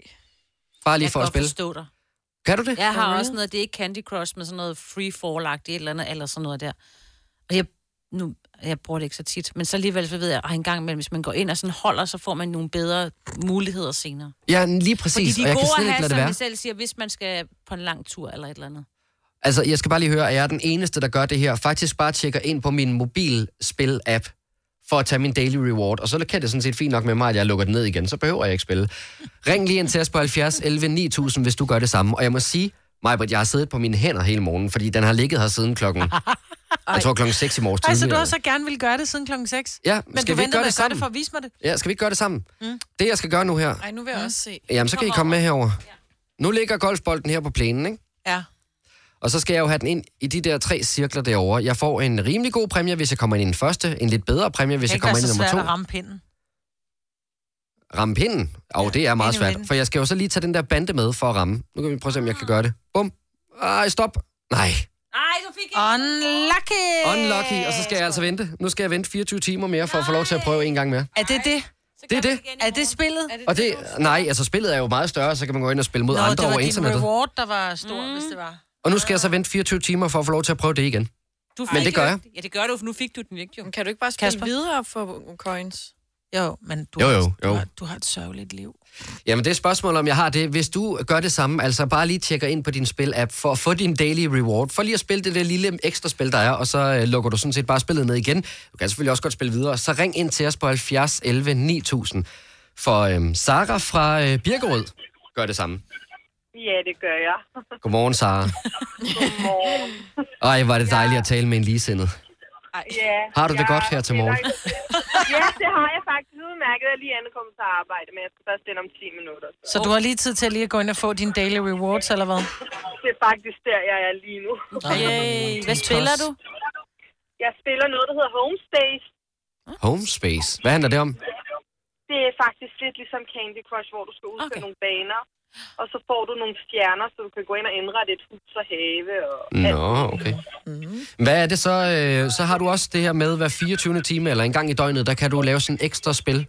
S1: Bare lige
S4: jeg
S1: for
S4: kan
S1: at
S4: godt
S1: spille.
S4: Forstå dig.
S1: Kan du det?
S4: Jeg har også noget, det er ikke Candy Crush, men sådan noget free fall et eller andet, eller sådan noget der. Og jeg, nu, jeg bruger det ikke så tit, men så alligevel så ved jeg, at en gang imellem, hvis man går ind og sådan holder, så får man nogle bedre muligheder senere.
S1: Ja, lige præcis,
S4: Fordi de
S1: og
S4: er
S1: jeg
S4: gode
S1: kan slet
S4: at
S1: ikke
S4: have,
S1: lade det
S4: som
S1: være.
S4: vi selv siger, hvis man skal på en lang tur eller et eller andet.
S1: Altså, jeg skal bare lige høre, at jeg er den eneste, der gør det her. Faktisk bare tjekker ind på min mobilspil-app for at tage min daily reward. Og så kan det sådan set fint nok med mig, at jeg lukker den ned igen. Så behøver jeg ikke spille. Ring lige ind til os på 70 11 9000, hvis du gør det samme. Og jeg må sige, Majbert, jeg har siddet på mine hænder hele morgenen, fordi den har ligget her siden klokken... jeg tror klokken 6 i morges
S2: Ej, så
S1: tidlig.
S2: du også så gerne ville gøre det siden klokken 6?
S1: Ja,
S2: men du
S1: skal vi ikke
S2: venter
S1: gøre
S2: med
S1: det
S2: at gøre det
S1: sammen?
S2: for at vise mig det.
S1: Ja, skal vi ikke gøre det sammen?
S2: Mm.
S1: Det, jeg skal gøre nu her...
S5: Ej, nu vil jeg også se.
S1: Jamen, så kan I komme med herover. Nu ligger golfbolden her på plænen, ikke?
S2: Ja.
S1: Og så skal jeg jo have den ind i de der tre cirkler derovre. Jeg får en rimelig god præmie, hvis jeg kommer ind i den første. En lidt bedre præmie, hvis
S2: Det
S1: jeg
S2: kan
S1: kommer
S2: ikke
S1: ind i
S2: være så svært
S1: nummer to.
S2: at ramme pinden.
S1: Ramme pinden? Og oh, det er meget
S2: ind i
S1: svært.
S2: midten.
S1: For jeg skal jo så lige tage den der bande med for at ramme. Nu kan vi prøve at se, om jeg kan gøre det. Bum. Ej, stop. Nej.
S4: Ej, du fik ikke...
S2: Unlucky!
S1: Unlucky. Og så skal jeg altså vente. Nu skal jeg vente 24 timer mere for at få lov til at prøve en gang mere.
S2: Er det det?
S1: Det er det.
S2: Er det spillet?
S1: Og det, nej, altså spillet er jo meget større, så kan man gå ind og spille mod
S2: Nå,
S1: andre
S2: det var
S1: over
S2: din
S1: internettet.
S2: reward, der var stor, mm. hvis det var.
S1: Og nu skal jeg så vente 24 timer for at få lov til at prøve det igen.
S4: Du
S1: Men det gør jeg.
S4: Ja, det gør du, for nu fik du den ikke, jo.
S5: Men kan du ikke bare spille Kasper? videre for coins?
S2: Jo, men du,
S1: Jo,
S2: har-
S1: jo,
S2: du
S1: jo.
S2: Har, du har et sørgeligt liv.
S1: Jamen, det er et spørgsmål, om jeg har det. Hvis du gør det samme, altså bare lige tjekker ind på din spil-app for at få din daily reward, for lige at spille det der lille ekstra spil, der er, og så øh, lukker du sådan set bare spillet ned igen. Du kan selvfølgelig også godt spille videre. Så ring ind til os på 70 11 9000. For øhm, Sara fra øh, Birkerød gør det samme.
S15: Ja, det gør jeg.
S1: Godmorgen, Sara.
S15: Godmorgen.
S1: Ej, var det dejligt at tale med en ligesindet.
S15: Ja,
S1: Har du det
S15: jeg-
S1: godt her til morgen?
S15: Ja, det har jeg faktisk udmærket. Jeg er lige ankommet til arbejde, men jeg skal først ind om 10 minutter.
S2: Så du har lige tid til at lige at gå ind og få dine daily rewards, eller hvad?
S15: Det er faktisk der, jeg er lige nu.
S2: Yay. Hvad spiller du?
S15: Jeg spiller noget, der hedder Homestays.
S1: Homespace. Hvad handler det om?
S15: det er faktisk lidt ligesom Candy Crush, hvor du skal udføre okay. nogle baner, og så får du nogle stjerner, så du kan gå ind og indrette et hus og have. Og
S1: Nå, okay. Hvad er det så? Øh, så har du også det her med, hver 24. time eller en gang i døgnet, der kan du lave sådan ekstra spil.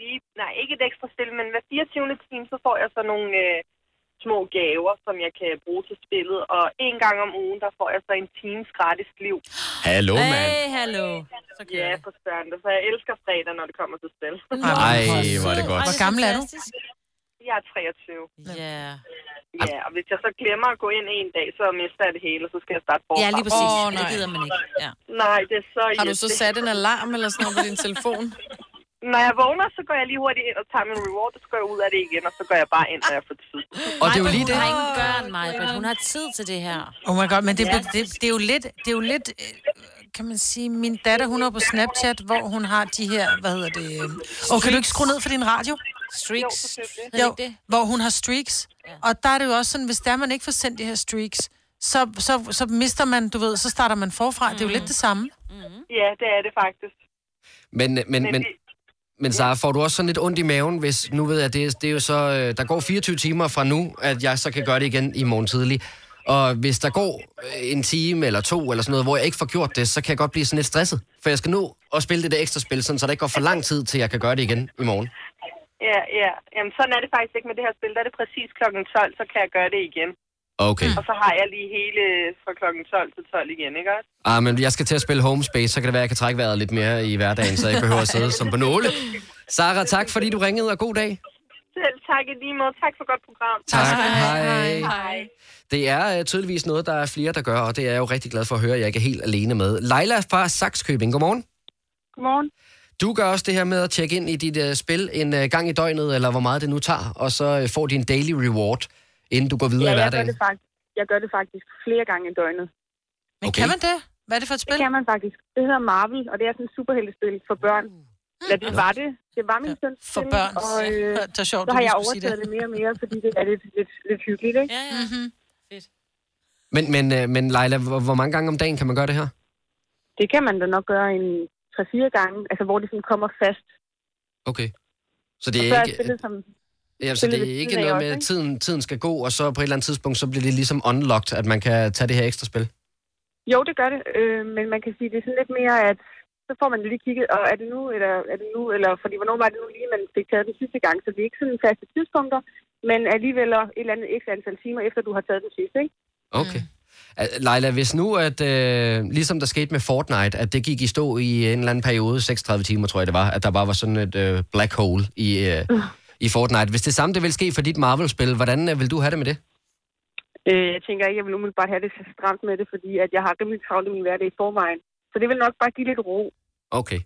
S15: lige, nej, ikke et ekstra spil, men hver 24. time, så får jeg så nogle øh, små gaver, som jeg kan bruge til spillet. Og en gang om ugen, der får jeg så en times gratis liv.
S1: Hallo,
S4: Hey, hallo.
S15: Så ja, for søren. Så jeg elsker fredag, når det kommer til spil.
S1: Ej, hvor er det godt.
S3: Hvor gammel er du?
S15: Jeg er 23.
S4: Ja. Yeah.
S15: Ja, og hvis jeg så glemmer at gå ind en dag, så mister jeg det hele, så skal jeg starte forfra.
S4: Ja, lige præcis. Åh, Det nej. gider man ikke. Ja.
S15: Nej, det er så
S5: Har du så
S15: irriterende.
S5: sat en alarm eller sådan noget på din telefon?
S15: Når jeg vågner, så går jeg lige hurtigt ind og tager min reward, og så går jeg ud af det igen, og så går jeg bare ind, når jeg får tid.
S1: Og det er jo lige
S4: Hun har ingen børn, Maja, hun har tid til det her.
S3: Oh my god, men det,
S4: Ja.
S3: ja. det, det er jo lidt, det er jo lidt øh, kan man sige, min datter, hun er på Snapchat, hvor hun har de her, hvad hedder det? øh, Åh, oh, kan du ikke skrue ned for din radio?
S4: Streaks. Jo,
S3: Jo, hvor hun har streaks. Og der er det jo også sådan, hvis der man ikke får sendt de her streaks, så, så, så mister man, du ved, så starter man forfra. Det er jo lidt det samme.
S15: Ja, det er det faktisk.
S1: Men, øh, men, men, men Sara, får du også sådan lidt ondt i maven, hvis nu ved jeg, det, det er jo så, øh, der går 24 timer fra nu, at jeg så kan gøre det igen i morgen tidlig. Og hvis der går øh, en time eller to eller sådan noget, hvor jeg ikke får gjort det, så kan jeg godt blive sådan lidt stresset. For jeg skal nå at spille det der ekstra spil, sådan, så det ikke går for lang tid, til jeg kan gøre det igen i morgen.
S15: Ja, ja. Jamen, sådan er det faktisk ikke med det her spil. Der er det præcis kl. 12, så kan jeg gøre det igen.
S1: Okay.
S15: Og så har jeg lige hele fra kl. 12 til 12 igen, ikke også?
S1: Ah, men jeg skal til at spille Home Space, så kan det være, at jeg kan trække vejret lidt mere i hverdagen, så jeg ikke behøver at sidde som på nåle. Sara, tak fordi du ringede, og god dag.
S15: Selv tak i lige måde. Tak for godt program.
S1: Tak. Hej. Hej.
S15: Hej.
S1: Det er øh, tydeligvis noget, der er flere, der gør, og det er jeg jo rigtig glad for at høre, at jeg ikke er helt alene med. Leila fra Saxkøbing, godmorgen.
S15: Godmorgen.
S1: Du gør også det her med at tjekke ind i dit uh, spil en uh, gang i døgnet, eller hvor meget det nu tager, og så uh, får din daily reward, inden du går videre
S15: Ja,
S1: i
S15: jeg gør,
S1: hverdagen.
S15: det faktisk, jeg gør det faktisk flere gange i døgnet.
S3: Men kan man det? Hvad er det for et spil?
S15: Det kan man faktisk. Det hedder Marvel, og det er sådan et superheltespil for børn.
S1: Uh.
S15: Eller det var det. Det var min søns
S3: For
S15: spil,
S3: børn.
S15: Og øh,
S3: Det er sjovt,
S15: så
S3: du
S15: har
S3: lige
S15: jeg
S3: skulle sige
S15: overtaget
S3: det. Mhm.
S15: det mere og mere, fordi det er lidt, lidt, lidt hyggeligt, ikke?
S4: Ja, ja. Mm-hmm.
S1: Men, men, uh, men Leila, hvor, hvor mange gange om dagen kan man gøre det her?
S15: Det kan man da nok gøre en 3-4 gange, altså hvor det sådan kommer fast.
S1: Okay. Så det
S15: og så
S1: er
S15: er
S1: ikke,
S15: spillet som...
S1: ja, så
S15: spillet
S1: det
S15: ved
S1: er ikke
S15: siden af
S1: noget
S15: også,
S1: med, at
S15: ikke?
S1: tiden, tiden skal gå, og så på et eller andet tidspunkt, så bliver det ligesom unlocked, at man kan tage det her ekstra spil.
S15: Jo, det gør det, øh, men man kan sige, det er sådan lidt mere, at så får man lige kigget, og er det nu, eller er det nu, eller fordi hvornår var det nu lige, man fik taget den sidste gang, så det er ikke sådan faste tidspunkter, men alligevel et eller andet ekstra antal timer, efter du har taget den sidste, ikke?
S1: Okay. Mm. Leila, hvis nu, at øh, ligesom der skete med Fortnite, at det gik i stå i en eller anden periode, 36 timer tror jeg det var, at der bare var sådan et øh, black hole i, øh, i Fortnite. Hvis det samme det vil ske for dit Marvel-spil, hvordan øh, vil du have det med det?
S15: Øh, jeg tænker ikke, jeg vil umiddelbart have det så stramt med det, fordi at jeg har rimelig travlt i min hverdag i forvejen. Så det vil nok bare give lidt ro.
S1: Okay.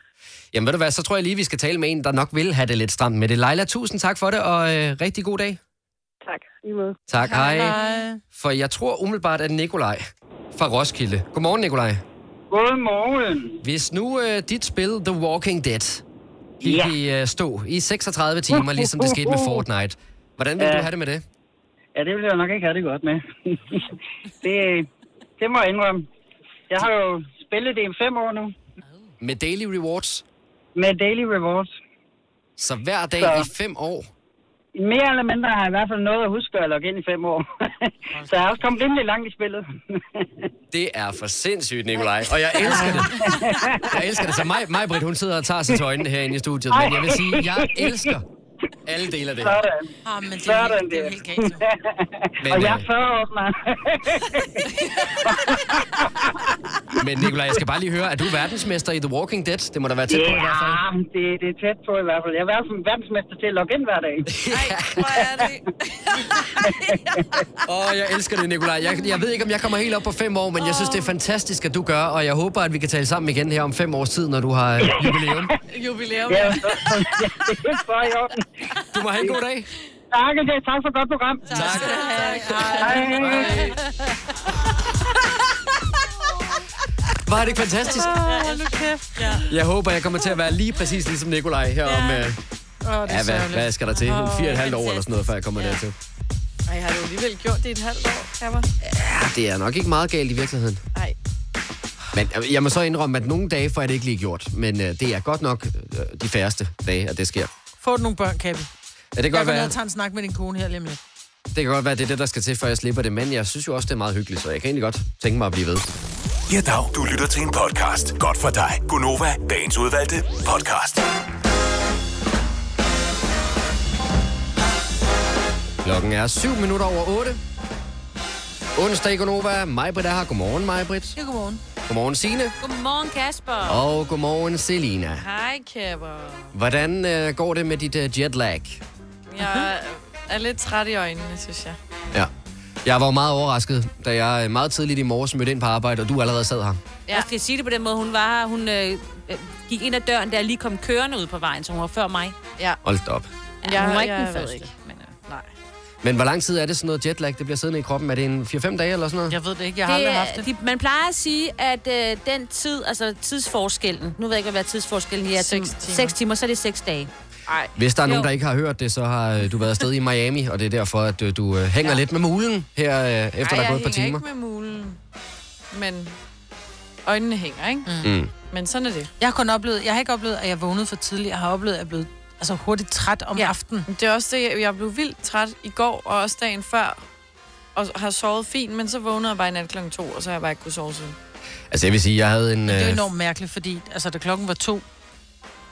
S1: Jamen ved du hvad, så tror jeg lige, vi skal tale med en, der nok vil have det lidt stramt med det. Leila, tusind tak for det, og øh, rigtig god dag.
S15: Tak. Lige måde.
S1: Tak, hej. For jeg tror umiddelbart, at Nikolaj fra Roskilde. Godmorgen, Nikolaj.
S19: Godmorgen.
S1: Hvis nu øh, dit spil The Walking Dead gik ja. i øh, stå i 36 timer, ligesom det skete med Fortnite, hvordan ville
S19: Ja.
S1: du have det med det?
S19: Ja, det ville jeg nok ikke have det godt med. det, det må jeg indrømme. Jeg har jo spillet det i fem år nu.
S1: Med daily rewards?
S19: Med daily rewards.
S1: Så hver dag
S19: Så.
S1: i fem år?
S19: Mere eller mindre har jeg i hvert fald noget at huske at logge ind i fem år. så jeg er også kommet rimelig langt i spillet.
S1: Det er for sindssygt, Nikolaj. Og jeg elsker det. Jeg elsker det. Så Altså, mig, mig Britt, hun sidder og tager sig til øjnene herinde i studiet. Men jeg vil sige, jeg elsker alle dele af det.
S19: Sådan.
S3: Ah, men det er jo
S19: Sådan
S3: helt, det er
S19: der.
S3: jo helt galt.
S1: Men,
S19: Og jeg
S1: øh,
S19: er 40 år snart.
S1: Men Nikolaj, jeg skal bare lige høre, er du verdensmester i The Walking Dead? Det må da være tæt på i hvert fald.
S19: Ja, det, det er tæt på i hvert fald. Jeg er i hvert fald verdensmester til at logge ind hver dag.
S1: Åh, oh, jeg elsker det, Nikolaj. Jeg, jeg ved ikke, om jeg kommer helt op på fem år, men jeg synes, det er fantastisk, at du gør, og jeg håber, at vi kan tale sammen igen her om fem års tid, når du har øh, jubilæum.
S3: Jubilæum.
S19: Ja, så, så, det er bare i orden.
S1: Du må have en god dag.
S19: Tak, og det- tak for godt program. Tak.
S1: Var det ikke fantastisk?
S3: Åh, nu kæft. Ja.
S1: Jeg håber, jeg kommer til at være lige præcis ligesom Nikolaj her om... Øh,
S3: Åh, det er
S1: ja, hvad,
S3: sørgeligt.
S1: hvad skal der til?
S3: Åh,
S1: Fire og et halvt år eller sådan noget, før jeg kommer ja. dertil.
S5: Ej, har du alligevel gjort det i et halvt år, Kammer?
S1: Ja, det er nok ikke meget galt i virkeligheden.
S5: Nej.
S1: Men øh, jeg må så indrømme, at nogle dage får jeg det ikke lige gjort. Men øh, det er godt nok øh, de færreste dage, at det sker.
S3: Få nogle børn, Kabi.
S1: Ja, det kan
S3: jeg
S1: godt
S3: går ned
S1: være.
S3: og tager en snak med din kone her lige om lidt.
S1: Det kan godt være, det er det, der skal til, før jeg slipper det. Men jeg synes jo også, det er meget hyggeligt, så jeg kan egentlig godt tænke mig at blive ved.
S16: Ja, dag. Du lytter til en podcast. Godt for dig. Gunova, dagens udvalgte podcast.
S1: Klokken er 7 minutter over 8. Onsdag i Gonova. Majbrit er her. Godmorgen, Majbrit.
S3: Ja, godmorgen.
S1: Godmorgen, Signe.
S4: Godmorgen, Kasper.
S1: Og godmorgen, Selina.
S5: Hej, Kæber.
S1: Hvordan øh, går det med dit øh, jetlag?
S5: Jeg
S1: Mhm.
S5: er lidt træt i øjnene, synes jeg.
S1: Ja. Jeg var meget overrasket, da jeg øh, meget tidligt i morges mødte ind på arbejde, og du allerede sad her.
S4: Ja. Jeg skal sige det på den måde, hun var her. Hun øh, øh, gik ind ad døren, da jeg lige kom kørende ud på vejen, så hun var før mig.
S5: Ja.
S1: Hold da op.
S4: Ja, hun var ikke
S5: jeg
S4: den
S5: ved
S4: første.
S5: Ikke. Men, øh, nej.
S1: Men hvor lang tid er det sådan noget jetlag, det bliver siddende i kroppen? Er det en 4-5 dage eller sådan noget?
S3: Jeg ved det ikke,
S4: Det er- De, man plejer at sige, at øh, den tid, altså tidsforskellen, nu ved jeg ikke, hvad tidsforskellen er. Seks timer. Seks timer, så er det seks dage.
S5: Nej.
S1: Hvis der er nogen, der ikke har hørt det, så har øh, du været afsted i Miami, og det er derfor, at øh, du øh, hænger ja. lidt med mulen her, øh, efter
S5: Ej,
S1: der er
S5: jeg
S1: gået et par timer.
S5: hænger ikke med mulen. Men øjnene hænger, ikke?
S1: Mm.
S5: Men sådan er det.
S3: Jeg har kun oplevet, jeg har ikke oplevet, at jeg vågnede for tidligt. Jeg har oplevet, at jeg er blevet altså, hurtigt træt om ja. aftenen.
S5: Det er også det, jeg blev vildt træt i går og også dagen før. Og har sovet fint, men så vågnede jeg bare i nat klokken to, og så har jeg bare ikke kunne sove siden.
S1: Altså, jeg vil sige, jeg havde en...
S3: Det er
S1: øh,
S3: jo enormt mærkeligt, fordi altså, da klokken var to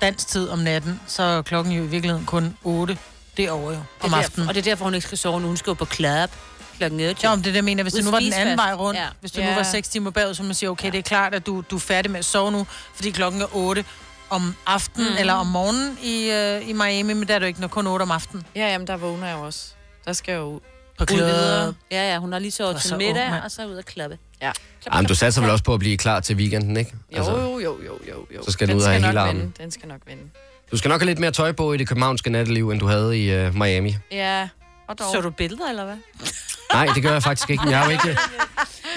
S3: dansk tid om natten, så er klokken jo i virkeligheden kun 8 derovre jo, om
S4: derfor-
S3: aftenen.
S4: og det er derfor, hun ikke skal sove nu. Hun skal jo på klap klokken 8.
S3: Jo, men det er det, jeg mener. Hvis
S4: Ud
S3: det nu var den
S4: spise
S3: anden
S4: først.
S3: vej rundt,
S4: Ja.
S3: ja. hvis du
S4: Ja.
S3: nu var 6 timer bagud, så man siger, okay, det er klart, at du, du er færdig med at sove nu, fordi klokken er 8 om aftenen
S4: Mhm.
S5: Mm.
S3: mm. eller om morgenen i, øh, i Miami, men der er du ikke når kun 8 om aftenen.
S5: Ja, jamen, der vågner jeg jo også. Der skal jeg jo
S3: På Mm,
S4: Ud videre. Ja, ja, hun har lige sovet
S5: var
S4: til
S5: så ung,
S4: middag,
S5: mand.
S4: og så ud og klappe.
S5: Ja.
S1: Jamen, du satser vel også på at blive klar til weekenden, ikke? Altså,
S5: Jo, jo, jo, jo, jo, jo.
S1: så skal
S5: den
S1: den ud af
S5: skal
S1: hele
S5: nok
S1: armen.
S5: vinde. Den skal nok vinde.
S1: Du skal nok have lidt mere tøj på i det københavnske natteliv, end du havde i øh, Miami.
S5: Ja, og dog.
S4: Så du billeder, eller hvad?
S1: Nej, det gør jeg faktisk ikke. men Jeg er jo ikke,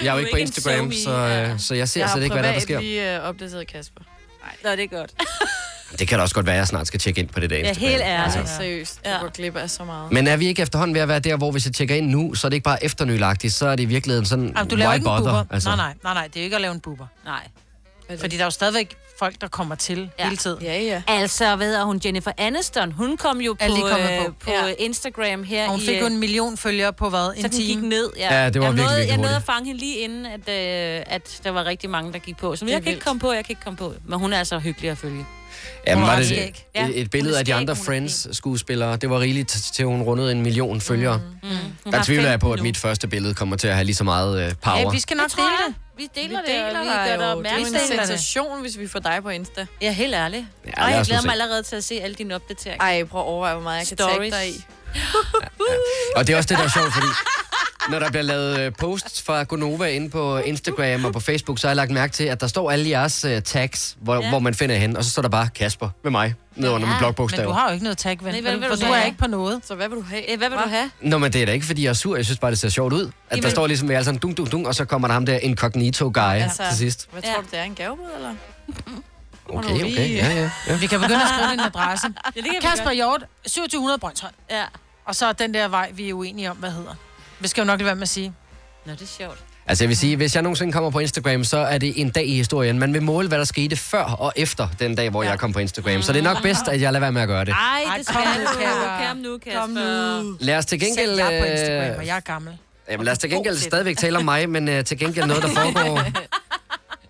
S1: jeg er jo ikke på
S5: en
S1: Instagram,
S5: SoMe,
S1: så, øh, så jeg ser
S5: jeg har
S1: slet ikke, hvad der, der
S5: privat
S1: sker.
S5: lige øh, opdateret Kasper. Nej,
S4: Nå, det er godt.
S1: Det kan da også godt være, at jeg snart skal tjekke ind på det der
S5: Ja,
S1: Instagram.
S5: helt ærligt.
S1: Altså.
S5: Altså, seriøst, du går glip af så meget.
S1: Men er vi ikke efterhånden ved at være der, hvor hvis jeg tjekker ind nu, så er det ikke bare efternylagtigt, så er det i virkeligheden sådan,
S3: Jamen, du laver
S1: why
S3: ikke en
S1: bother?
S3: buber. Altså. Nej, nej, nej, nej, det er jo ikke at lave en buber.
S4: Nej.
S3: Fordi der er jo stadigvæk folk, der kommer til ja. hele tiden.
S5: Ja, ja.
S4: Altså, ved hun, Jennifer Aniston, hun kom jo på,
S3: Er lige kommet
S4: øh,
S3: på.
S4: på ja. Instagram her
S3: Og hun
S4: i...
S3: fik jo
S4: øh,
S3: en million følgere på hvad? En
S4: så den
S3: time?
S4: gik ned. Ja,
S1: Ja, det var
S4: jeg
S1: virkelig,
S4: nåede,
S1: virkelig
S4: Jeg nåede at
S1: hurtigt.
S4: fange hende lige inden, at, øh, at der var rigtig mange, der gik på. Så
S5: Det er
S4: jeg kan ikke
S5: vildt.
S4: komme på, jeg kan ikke komme på. Men hun er altså hyggelig at følge.
S1: Jamen,
S4: Hun
S1: var
S4: er
S1: det
S4: ret
S1: et,
S4: skæg. Ja, hun er
S1: et billede af de
S4: skæg,
S1: andre
S4: hun er
S1: Friends-skuespillere? Det var rigeligt t- til, hun rundede en million følgere. Mm.
S4: Mm. Hun
S1: Der
S4: har
S1: tvivler jeg på,
S4: 15
S1: at
S4: nu.
S1: mit første billede kommer til at have lige så meget øh, power.
S4: Ja, vi skal nok
S5: Det tror
S4: dele
S5: jeg.
S4: det. Vi deler,
S5: Vi
S4: det,
S5: deler
S4: og vi
S5: dig
S4: gør
S5: jo.
S4: dig
S5: Det er jo
S4: opmærksom.
S5: en sensation, hvis vi får dig på Insta.
S4: Ja, helt ærligt. Ja,
S1: lad
S4: og jeg
S1: os nu
S4: glæder mig
S1: se.
S4: allerede til at se alle dine opdateringer.
S5: Ej, prøv at overveje, hvor meget jeg Stories. kan tage dig i.
S1: Og det er også det, der er sjovt, fordi når der bliver lavet øh, posts fra Gonova inde på Instagram og på Facebook, så har jeg lagt mærke til, at der står alle jeres øh, tags, hvor,
S3: Ja.
S1: ja. hvor man finder hende, og så står der bare Kasper med mig, ned under ja, min
S3: Men
S1: blogbogstav.
S3: du har jo ikke noget tag, ven.
S4: Nej,
S3: Nej,
S4: hvad vil
S3: for
S4: du
S3: du
S4: have?
S3: er ikke på noget.
S5: Så hvad vil du have?
S4: Eh, Hvad vil du have?
S1: Nå, men det er da ikke, fordi jeg er sur. Jeg synes bare, det ser sjovt ud. At der
S4: Jamen-
S1: står ligesom, vi alle sammen dung, dung, dung, og så kommer der ham der incognito guy altså, til sidst.
S5: Hvad tror du, det er? En gavebud, eller?
S1: Okay, okay, ja, ja. ja.
S3: Vi kan begynde at skrive din adresse.
S4: ja, det
S3: Kasper Hjort, 2700 Brøndshøj.
S4: Ja.
S3: Og så den der vej, vi er uenige om, hvad hedder. Vi skal jo nok lade være med at sige.
S4: Nå, det er sjovt.
S1: Altså jeg vil sige, hvis jeg nogensinde kommer på Instagram, så er det en dag i historien. Man vil måle, hvad der skete før og efter den dag, hvor ja. jeg kom på Instagram. Så det er
S3: Mm.
S1: nok bedst, at jeg lader være med at gøre
S3: Ah,
S1: det.
S4: Ej, det skal
S3: kom nu,
S4: du.
S3: Kasper.
S4: Kom nu, Kasper.
S1: Lad os til gengæld...
S3: Selv jeg er på Instagram, og
S1: øh,
S3: jeg er gammel.
S1: Jamen lad os til
S3: god
S1: gengæld
S3: til det.
S1: stadigvæk tale om mig, men øh, til gengæld noget, der foregår...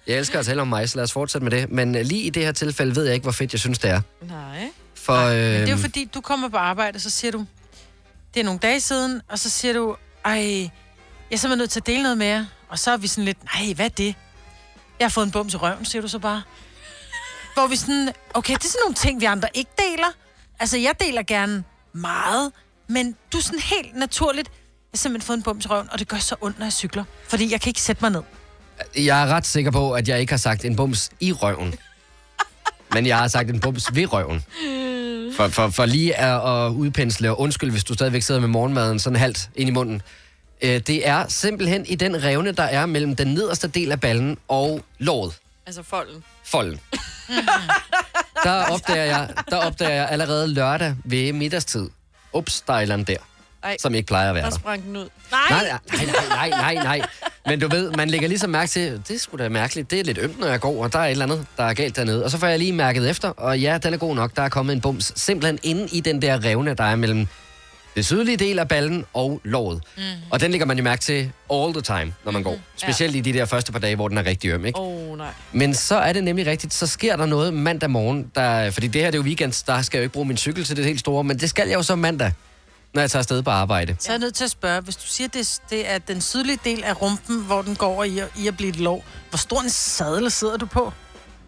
S1: Jeg elsker at tale om mig, så lad os fortsætte med det. Men øh, lige i det her tilfælde ved jeg ikke, hvor fedt jeg synes, det er.
S5: Nej.
S1: For,
S3: Men
S1: øh,
S3: det er jo fordi, du kommer på arbejde, og så siger du, det er nogle dage siden, og så siger du, ej, jeg er simpelthen nødt til at dele noget med jer. Og så er vi sådan lidt, nej, hvad er det? Jeg har fået en bums i røven, siger du så bare. Hvor vi sådan, okay, det er sådan nogle ting, vi andre ikke deler. Altså, jeg deler gerne meget, men du er sådan helt naturligt, jeg har simpelthen fået en bums i røven, og det gør så ondt, når jeg cykler. Fordi jeg kan ikke sætte mig ned.
S1: Jeg er ret sikker på, at jeg ikke har sagt en bums i røven. Men jeg har sagt en bums ved røven. For, for, for lige at, at udpensle, og undskyld, hvis du stadigvæk sidder med morgenmaden sådan halvt ind i munden. Øh, Det er simpelthen i den revne, der er mellem den nederste del af ballen og låret,
S5: Altså folden.
S1: folden. Der opdager, jeg, der opdager jeg allerede lørdag ved middagstid. Ups, der er et eller andet der,
S5: Ej.
S1: som ikke plejer at være
S5: Der
S1: der.
S5: sprang den ud.
S1: Nej, nej, nej, nej, nej, nej. Men du ved, man lægger ligesom mærke til, det er sgu da mærkeligt, det er lidt ømt, når jeg går, og der er et eller andet, der er galt dernede. Og så får jeg lige mærket efter, og ja, den er god nok, der er kommet en bums, simpelthen inde i den der revne, der er mellem det sydlige del af ballen og låret. Mm. Og den lægger man jo mærke til all the time, når man går. Specielt i de der første par dage, hvor den er rigtig øm, ikke?
S5: Åh, oh, nej.
S1: Men så er det nemlig rigtigt, så sker der noget mandag morgen, der, fordi det her det er jo weekend, der skal jeg jo ikke bruge min cykel til det helt store, men det skal jeg jo så mandag, når jeg tager afsted på arbejde.
S3: Så er jeg nødt til at spørge, hvis du siger, det, det er den sydlige del af rumpen, hvor den går over i, at- i at blive et lov, hvor stor en sadel sidder du på?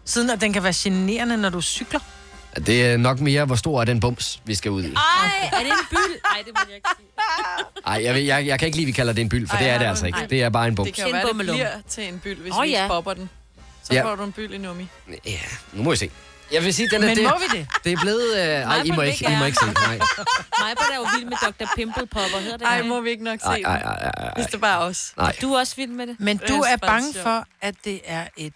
S3: Siden at den kan være generende, når du cykler.
S1: Det er nok mere, hvor stor er den bums, vi skal ud
S4: Ej,
S1: i.
S4: er det en byld? Ej, det må jeg ikke sige.
S1: Ej, jeg, ved- jeg, jeg kan ikke lide, at vi kalder det en byld, for Ej, det er det altså ikke.
S5: nej.
S1: Det er bare en bums.
S5: Det kan jo være, det bliver til en byld, hvis
S4: Åh,
S5: oh, vi ikke
S4: ja.
S5: popper den. Så
S1: Ja.
S5: får du en byld i nummi.
S1: Ja, nu må vi se. Jeg vil sige, den er
S5: Men
S1: det,
S5: må vi det?
S1: Det er blevet... Øh, ej, I må,
S4: vil
S1: ikke,
S4: gerne.
S1: I må ikke se. Nej.
S4: Mig er jo vild med Dr. Pimple Popper, hedder det?
S5: Ej, må vi ikke nok se
S1: Ej, ej, ej, ej, ej.
S5: Hvis det bare er os.
S1: Nej.
S4: Du er også vild med det.
S3: Men
S4: Det
S3: du
S4: er
S3: er
S4: faktisk
S3: bange
S4: sjovt.
S3: for, at det er et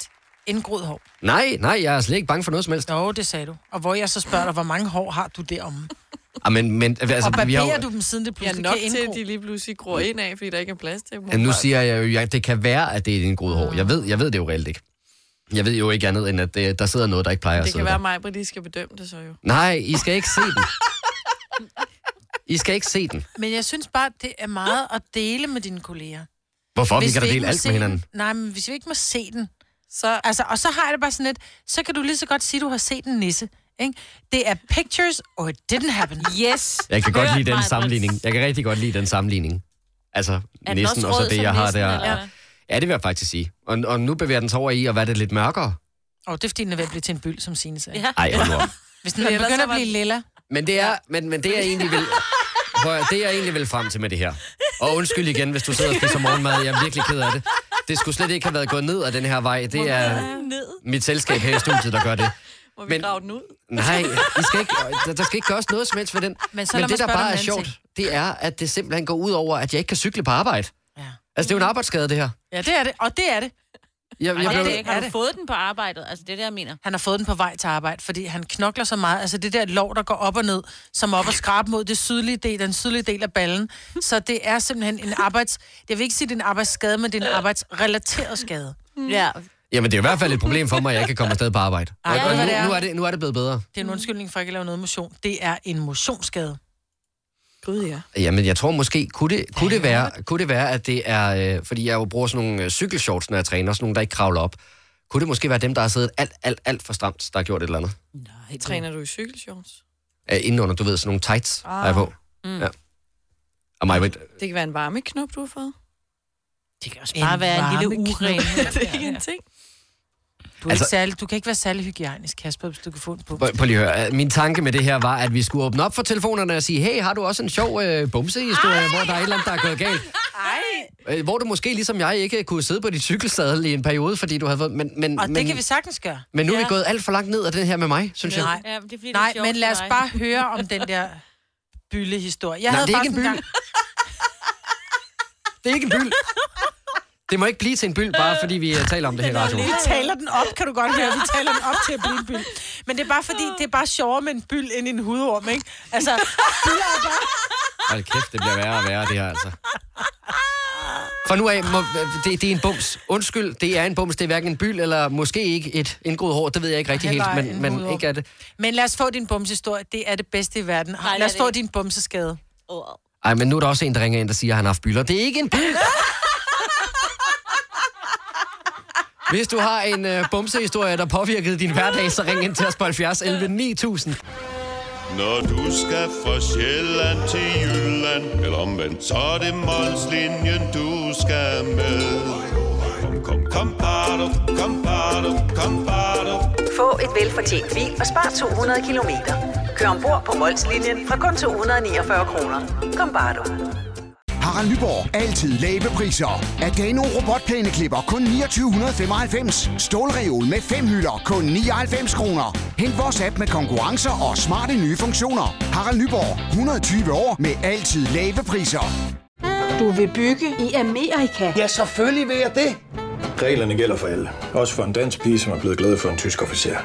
S3: indgroet hår.
S1: nej, nej, jeg er slet ikke bange for noget som helst.
S3: Jo, det sagde du. Og hvor jeg så spørger dig, hvor mange hår har du deromme?
S1: Ah, men, men, altså,
S3: Altså, og
S1: vi
S3: barberer
S1: har, jo-
S3: du dem, siden det
S5: Ja,
S3: pludselig
S5: nok
S3: kan
S5: til,
S3: indgå?
S5: at de lige pludselig gror ind af, fordi der ikke er plads til dem.
S1: Jamen, nu siger jeg jo, at det kan være, at det er en grudhår. Jeg ved, jeg ved det jo reelt ikke. Jeg ved jo ikke andet, end at det, der sidder noget, der ikke plejer at
S5: Det
S1: sidde
S5: kan være
S1: der.
S5: mig, Britt, de skal bedømme det så jo.
S1: Nej, I skal ikke se den. I skal ikke se den.
S3: Men jeg synes bare, det er meget at dele med dine kolleger.
S1: Hvorfor? Vi
S3: Hvis
S1: kan da
S3: ikke
S1: dele
S3: må
S1: alt
S3: se
S1: med hinanden.
S3: Den, nej, men hvis vi ikke må se den, så... Altså, og så har jeg det bare sådan lidt, så kan du lige så godt sige, du har set en nisse. Ikke? Det er pictures, or it didn't happen.
S4: Yes.
S1: Jeg kan godt lide den sammenligning. Jeg kan rigtig godt lide den sammenligning. Altså,
S3: den
S1: næsten
S3: også
S1: og så
S3: rød
S1: det,
S3: som
S1: jeg har
S3: nissen,
S1: der.
S3: eller
S1: Ja.
S3: hvad?
S1: ja, det vil jeg faktisk sige. Og, og nu bevæger den sig over i at være det lidt mørkere.
S3: Og det er fordi, den er ved at blive til en byld, som Signe sagde.
S4: Ja.
S1: Ej, hold nu op.
S3: Hvis den er begynder at blive lilla.
S1: Men det er, men, men det er egentlig vil... Prøv, at- det jeg egentlig vil frem til med det her. Og undskyld igen, hvis du sidder og spiser morgenmad. Jeg er virkelig ked af det. Det skulle slet ikke have været gået ned ad den her vej. Det er mit selskab her i studiet, der gør det.
S5: Må vi
S1: Men-
S5: grave den ud?
S1: Nej, I skal ikke, der, der skal ikke gøres noget som helst for den.
S5: Men
S1: Men,
S5: så
S1: så
S5: lad
S1: Men
S5: mig
S1: det, der
S5: spørge dig
S1: bare
S5: om
S1: er
S5: en anden
S1: sjovt, det er, at det simpelthen går ud over, at jeg ikke kan cykle på arbejde. Ja. Altså, det er jo en arbejdsskade, det her.
S3: Ja, det er det, og det er det.
S1: Jeg,
S4: Ej, det er det ikke. Har
S3: Er
S4: du
S3: det?
S4: fået den på arbejdet? Altså, det er det, jeg mener.
S3: Han har fået den på vej til arbejde, fordi han knokler så meget. Altså det der lov, der går op og ned, som er op og skraber mod det sydlige del, den sydlige del af ballen. Så det er simpelthen en arbejds... Jeg vil ikke sige, det er en arbejdsskade, men det er en arbejdsrelateret skade.
S5: Mm.
S4: Ja.
S1: Jamen, det er i hvert fald et problem for mig, at jeg ikke kan komme afsted på arbejde. Og,
S3: Ej,
S1: og
S3: hvad
S1: nu,
S3: det er.
S1: nu, er det, nu er det blevet bedre.
S3: Det er en undskyldning for ikke at lave noget motion. Det er en motionsskade.
S5: Gud, ja.
S1: Jamen, jeg tror måske, kunne det, kunne det, være, kunne det være, at det er... Øh, fordi jeg jo bruger sådan nogle øh, cykelshorts, når jeg træner, sådan nogle, der ikke kravler op. Kunne det måske være dem, der har siddet alt, alt, alt for stramt, der har gjort et eller andet?
S5: Træner du i cykelshorts?
S1: Øh, indenunder, du ved, sådan nogle tights, ah. har jeg på.
S5: Mm.
S1: Ja. Og mig,
S5: Det kan være en varmeknop, du har fået.
S4: Det kan også
S3: bare En være en lille varmeknop. uren.
S5: det er ikke en ting.
S3: Du, er altså,
S1: Altså-
S3: ikke særlig, du kan ikke være særlig hygiejnisk, Kasper, hvis du kan få en bums.
S1: Prøv, prøv lige at høre. Øh, Min tanke med det her var, at vi skulle åbne op for telefonerne og sige, hey, har du også en sjov øh, bumsehistorie, hvor der er et eller andet, der er gået galt? Øh, hvor du måske, ligesom jeg, ikke kunne sidde på dit cykelsadel i en periode, fordi du havde fået... Men, men,
S3: Og
S1: men,
S3: det kan vi sagtens gøre.
S1: Men nu er vi gået alt for langt ned af den her med mig, synes
S3: Nej,
S1: jeg.
S4: Ja, men det er fordi, det er
S3: Nej
S4: sjovt
S3: men lad os
S4: for dig.
S3: bare høre om den der byllehistorie. Jeg
S1: Nej,
S3: havde
S1: det er ikke
S3: faktisk
S1: en
S3: engang-
S1: Det er ikke en byld. Det må ikke blive til en byld, bare fordi vi øh, taler om det her i radioen.
S3: Vi taler den op, kan du godt høre. Vi taler den op til at blive en byld. Men det er bare fordi, det er bare sjovere med en byld end en hudorm, ikke? Altså, bylder er bare...
S1: Hold kæft, det bliver værre og værre, det her altså. For nu af, må, øh, det, det er en bums. Undskyld, det er en bums. Det er hverken en byld eller måske ikke et indgroet hår. Det ved jeg ikke rigtig helt,
S3: Heller en
S1: men, men
S3: hudorm.
S1: ikke er det.
S3: Men lad os få din bumsehistorie. Det er det bedste i verden. lad os få din bumseskade.
S1: Ej, men nu er der også en, der ringer ind, der siger, at han har haft bylder. Det er ikke en byld. Hvis du har en øh, bumsehistorie, der påvirkede din hverdag, så ring ind til os på 70 11 9000.
S20: Når du skal fra Sjælland til Jylland, eller omvendt, så er det Molslinjen, du skal med. Kom, kom, kom, bado, kom, bado, kom, bado.
S21: Få et velfortjent bil og spar 200 kilometer. Kør ombord på Molslinjen fra kun 249 kroner. Kom bare du.
S22: Harald Nyborg. Altid lave priser. Adano robotplæneklipper kun 2995. Stålreol med fem hylder kun 99 kroner. Hent vores app med konkurrencer og smarte nye funktioner. Harald Nyborg. 120 år med altid lave priser.
S23: Du vil bygge i Amerika? Ja, selvfølgelig vil jeg det.
S24: Reglerne gælder for alle. Også for en dansk pige, som er blevet glad for en tysk officer.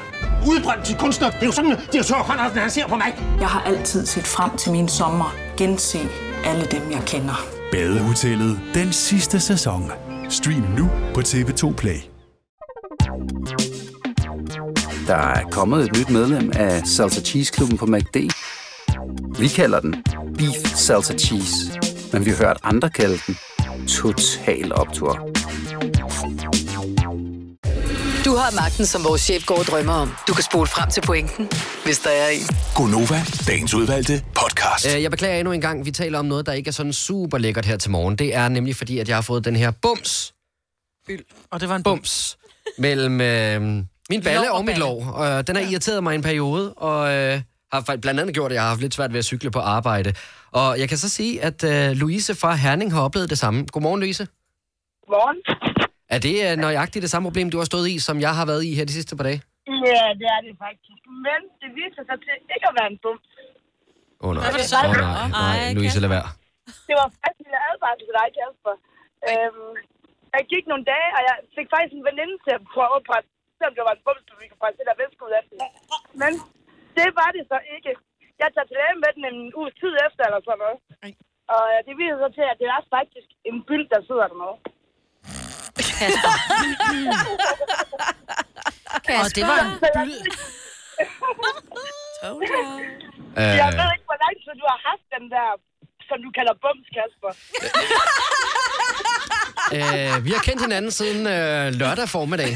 S23: Udbrændt til kunstner. Det er jo sådan, at de har Conradsen, han ser på mig. Jeg har altid set frem til min sommer. Gense alle dem, jeg kender.
S16: Badehotellet den sidste sæson.
S14: Stream nu på TV2 Play.
S25: Der er kommet et nyt medlem af Salsa Cheese Klubben på MACD. Vi kalder den Beef Salsa Cheese, men vi har hørt andre kalde den Total Optor.
S6: Du har magten, som vores chef går og drømmer om. Du kan spole frem til pointen, hvis der er en.
S16: Gonova, dagens udvalgte podcast.
S1: Øh, Jeg beklager endnu en gang, vi taler om noget, der ikke er sådan super lækkert her til morgen. Det er nemlig fordi, at jeg har fået den her bums.
S3: Og det var en
S1: bums. Mellem øh, min balle
S3: Lov
S1: og,
S3: og
S1: og mit lov. Og den har irriteret mig en periode, og øh, har fakt- blandt andet gjort, at jeg har haft lidt svært ved at cykle på arbejde. Og jeg kan så sige, at øh, Louise fra Herning har oplevet det samme. Godmorgen, Louise.
S15: Godmorgen.
S1: Er det øh, nøjagtigt det samme problem, du har stået i, som jeg har været i her de sidste par dage?
S15: Ja, det er det faktisk. Men det viser sig til ikke at være en bums.
S1: Åh oh, nej.
S15: Hvad var det så?
S1: Åh oh, nej.
S15: Ej,
S1: nej, Louise, lad være.
S15: Det var faktisk en lille advarsel til dig, Kasper. Øhm, jeg gik nogle dage, og jeg fik faktisk en veninde til at prøve at presse, selvom det var en bums, vi kunne presse det der væske ud af den. Men det var det så ikke. Jeg tager til læge med den en uges tid efter, eller sådan noget. Og øh, det viser sig til, at det er faktisk en byld, der sidder dernede.
S26: Og det var en
S15: byld.
S1: Øh.
S15: Jeg ved ikke, hvor lang tid du har haft den der, som du kalder bums, Kasper.
S1: Øh, vi har kendt hinanden siden øh, lørdag formiddag.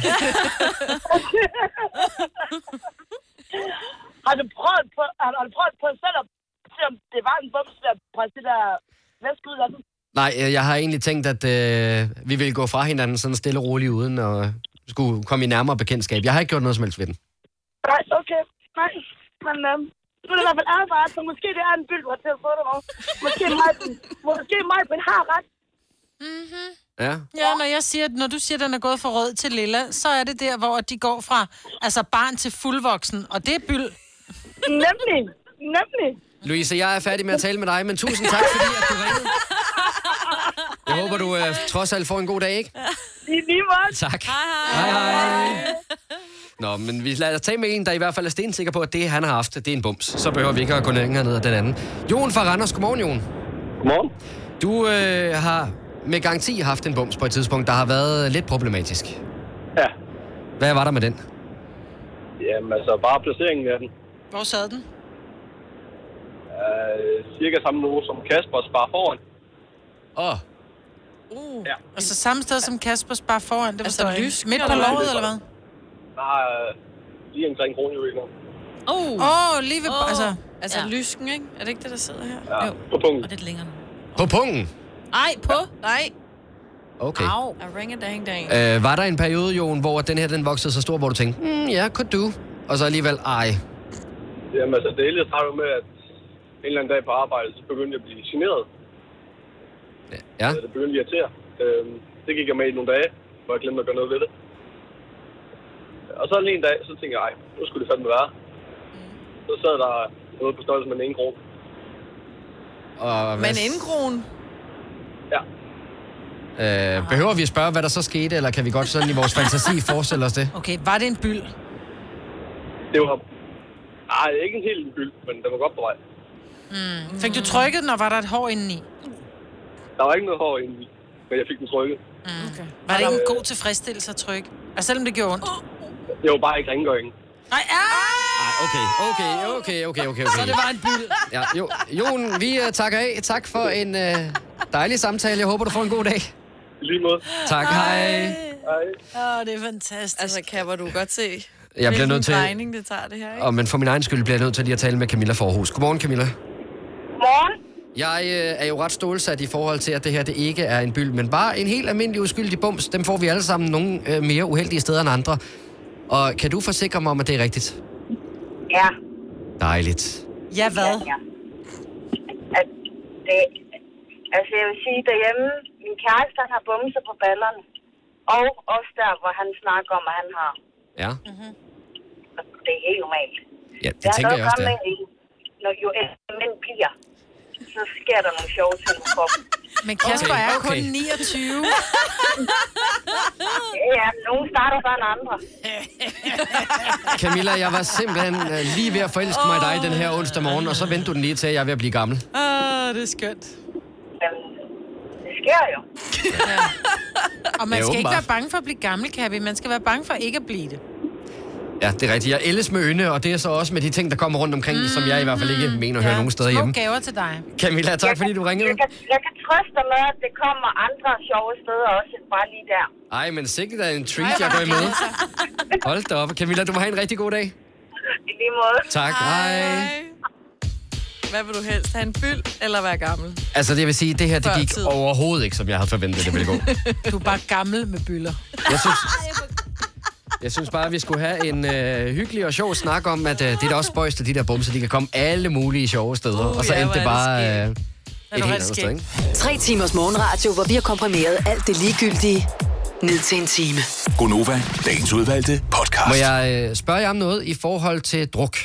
S15: har, du prøvet på, har, har du prøvet på selv at se, om det var en bums, der presse det der væske ud af den?
S1: Nej, øh, jeg har egentlig tænkt, at øh, vi ville gå fra hinanden sådan stille og roligt, uden at skulle komme i nærmere bekendtskab. Jeg har ikke gjort noget som helst ved den.
S15: Nej, okay. Nej, men øhm, nu er det i hvert fald advaret, så måske det er en byld, du har til at få det over. Måske mig, måske mig, men har ret.
S3: Mm-hmm.
S1: Ja.
S3: Ja, når, jeg siger, når du siger, at den er gået fra rød til lilla, så er det der, hvor de går fra altså barn til fuldvoksen, og det er byld.
S15: Nemlig, nemlig.
S1: Louise, jeg er færdig med at tale med dig, men tusind tak, fordi at du ringede. Jeg håber, du øh, trods alt får en god dag, ikke?
S15: I lige måde.
S1: Tak. Hej, hej. Nå, men vi lader os tage med en, der i hvert fald er stensikker på, at det, han har haft, det er en bums. Så behøver vi ikke at gå længere ned ad den anden. Jon fra Randers, godmorgen, Jon.
S27: Godmorgen.
S1: Du øh, har med garanti haft en bums på et tidspunkt, der har været lidt problematisk.
S27: Ja.
S1: Hvad var der med den?
S27: Jamen altså, bare placeringen af den.
S3: Hvor sad den?
S27: Øh, cirka samme niveau som Kaspers bare foran.
S1: Åh. Oh.
S3: Uh. Ja. Altså samme sted som Kaspers bare foran, det var
S27: Altså,
S3: altså,
S27: lysk,
S3: Midt på
S27: eller hvad?
S3: lovet, eller hvad?
S27: Bare øh, lige omkring kronjuvelen.
S3: Åh, oh. oh, lige ved... Oh. Altså,
S5: Altså ja. lysken, ikke? Er det ikke det, der sidder her?
S27: Ja, på punkten.
S5: Og lidt længere nu.
S1: På pungen?
S5: Ej, på? Nej.
S1: Okay.
S5: Au. A ring a dang dang.
S1: Øh, var der en periode, Jon, hvor den her den voksede så stor, hvor du tænkte, mm, ja, yeah, could do. Og så alligevel, ej.
S27: Jamen altså, det hele startede med, at en eller anden dag på arbejde, så begyndte jeg at blive generet.
S1: Ja.
S27: Så det begyndte at irritere. Øh, det gik jeg med i nogle dage, hvor jeg glemte at gøre noget ved det. Og så lige en dag, så tænkte jeg, ej, nu skulle det fandme være.
S3: Mm.
S27: Så sad der noget på størrelse med en indgrå.
S1: Og,
S5: Men indgroen?
S1: øh, behøver vi at spørge, hvad der så skete, eller kan vi godt sådan i vores fantasi forestille os det?
S3: Okay, var det en byld?
S27: Det var... Ej, ikke en helt byld, men den var godt på vej.
S3: Mm. Fik du trykket den, og var der et hår indeni?
S27: Der var ikke noget hår inde i, men jeg fik den trykket.
S3: Okay. Mm. Var det ikke en god tilfredsstillelse at trykke? Altså selvom det gjorde ondt?
S27: Det var bare ikke rengøringen.
S3: Nej,
S1: Ej, okay, okay, okay, okay, okay, okay.
S3: Så det var en byld.
S1: Ja, jo, Jon, vi uh, takker af. Tak for en uh, dejlig samtale. Jeg håber, du får en god dag.
S27: Lige måde.
S1: Tak, hej.
S5: Åh, oh, det er fantastisk. Altså, kan hvor du godt se, jeg
S1: bliver nødt til-
S5: regning det tager det her, ikke?
S1: Og, men for min egen skyld bliver jeg nødt til lige at tale med Camilla Forhus. Godmorgen, Camilla.
S15: Morgen.
S1: Jeg øh, er jo ret stålsat i forhold til, at det her det ikke er en byld, men bare en helt almindelig uskyldig bums. Dem får vi alle sammen nogle øh, mere uheldige steder end andre. Og kan du forsikre mig om, at det er rigtigt?
S15: Ja.
S1: Dejligt.
S3: Ja, hvad?
S15: Ja, ja. At det, altså, jeg vil sige, derhjemme, min kæreste, han har bumser på ballerne. Og også der, hvor han snakker om, at han har.
S1: Ja.
S15: Og Det er helt normalt.
S1: Ja, det tænker jeg også, det er.
S15: det Når jo ældre mænd bliver, så sker der nogle sjove ting på dem.
S3: Men Kasper
S15: Okay,
S3: okay, okay. er
S15: okay.
S3: kun 29.
S15: Ja, nogen starter før end andre.
S1: Camilla, jeg var simpelthen øh, lige ved at forelske mig i dig den her
S4: Ah,
S1: onsdag morgen, og så venter du den lige til, at jeg er ved at blive gammel.
S5: Åh, oh, det er skønt.
S15: Det sker jo.
S3: Og
S1: Ja,
S3: man skal ikke
S1: åbenbart.
S3: være bange for at blive gammel, Kabi. Man skal være bange for ikke at blive det.
S1: Ja, det er rigtigt. Jeg ældes med ynde, og det er så også med de ting, der kommer rundt omkring, mm, som jeg i hvert fald ikke mener at høre nogen steder
S3: Små
S1: hjemme.
S3: gaver til dig.
S1: Camilla, tak fordi du ringede.
S15: Jeg kan, jeg kan trøste dig med, at det kommer andre sjove steder også, end bare lige der.
S1: Ej, men sikkert er en treat, jeg går imod. Hold da op. Camilla, du må have en rigtig god dag.
S15: I lige måde.
S1: Tak. Hej.
S5: Hvad vil du helst? Have en byld eller være gammel?
S1: Altså, det vil sige, det her det
S5: Før
S1: gik
S5: tid.
S1: overhovedet ikke, som jeg havde forventet, det ville gå.
S3: Du er bare gammel med byller.
S1: Jeg synes, jeg synes bare, at vi skulle have en øh, hyggelig og sjov snak om, at øh, det er da også spøjst, at de der bumser, de kan komme alle mulige sjove steder. Uh, og så
S6: ja,
S1: endte det
S6: hvor er
S1: bare
S6: det
S1: øh, et
S6: er
S1: helt andet sted, ikke?
S6: Tre timers morgenradio, hvor vi har komprimeret alt det ligegyldige ned til en time.
S16: Gonova, dagens udvalgte podcast.
S1: Må jeg øh, spørge jer om noget i forhold til druk?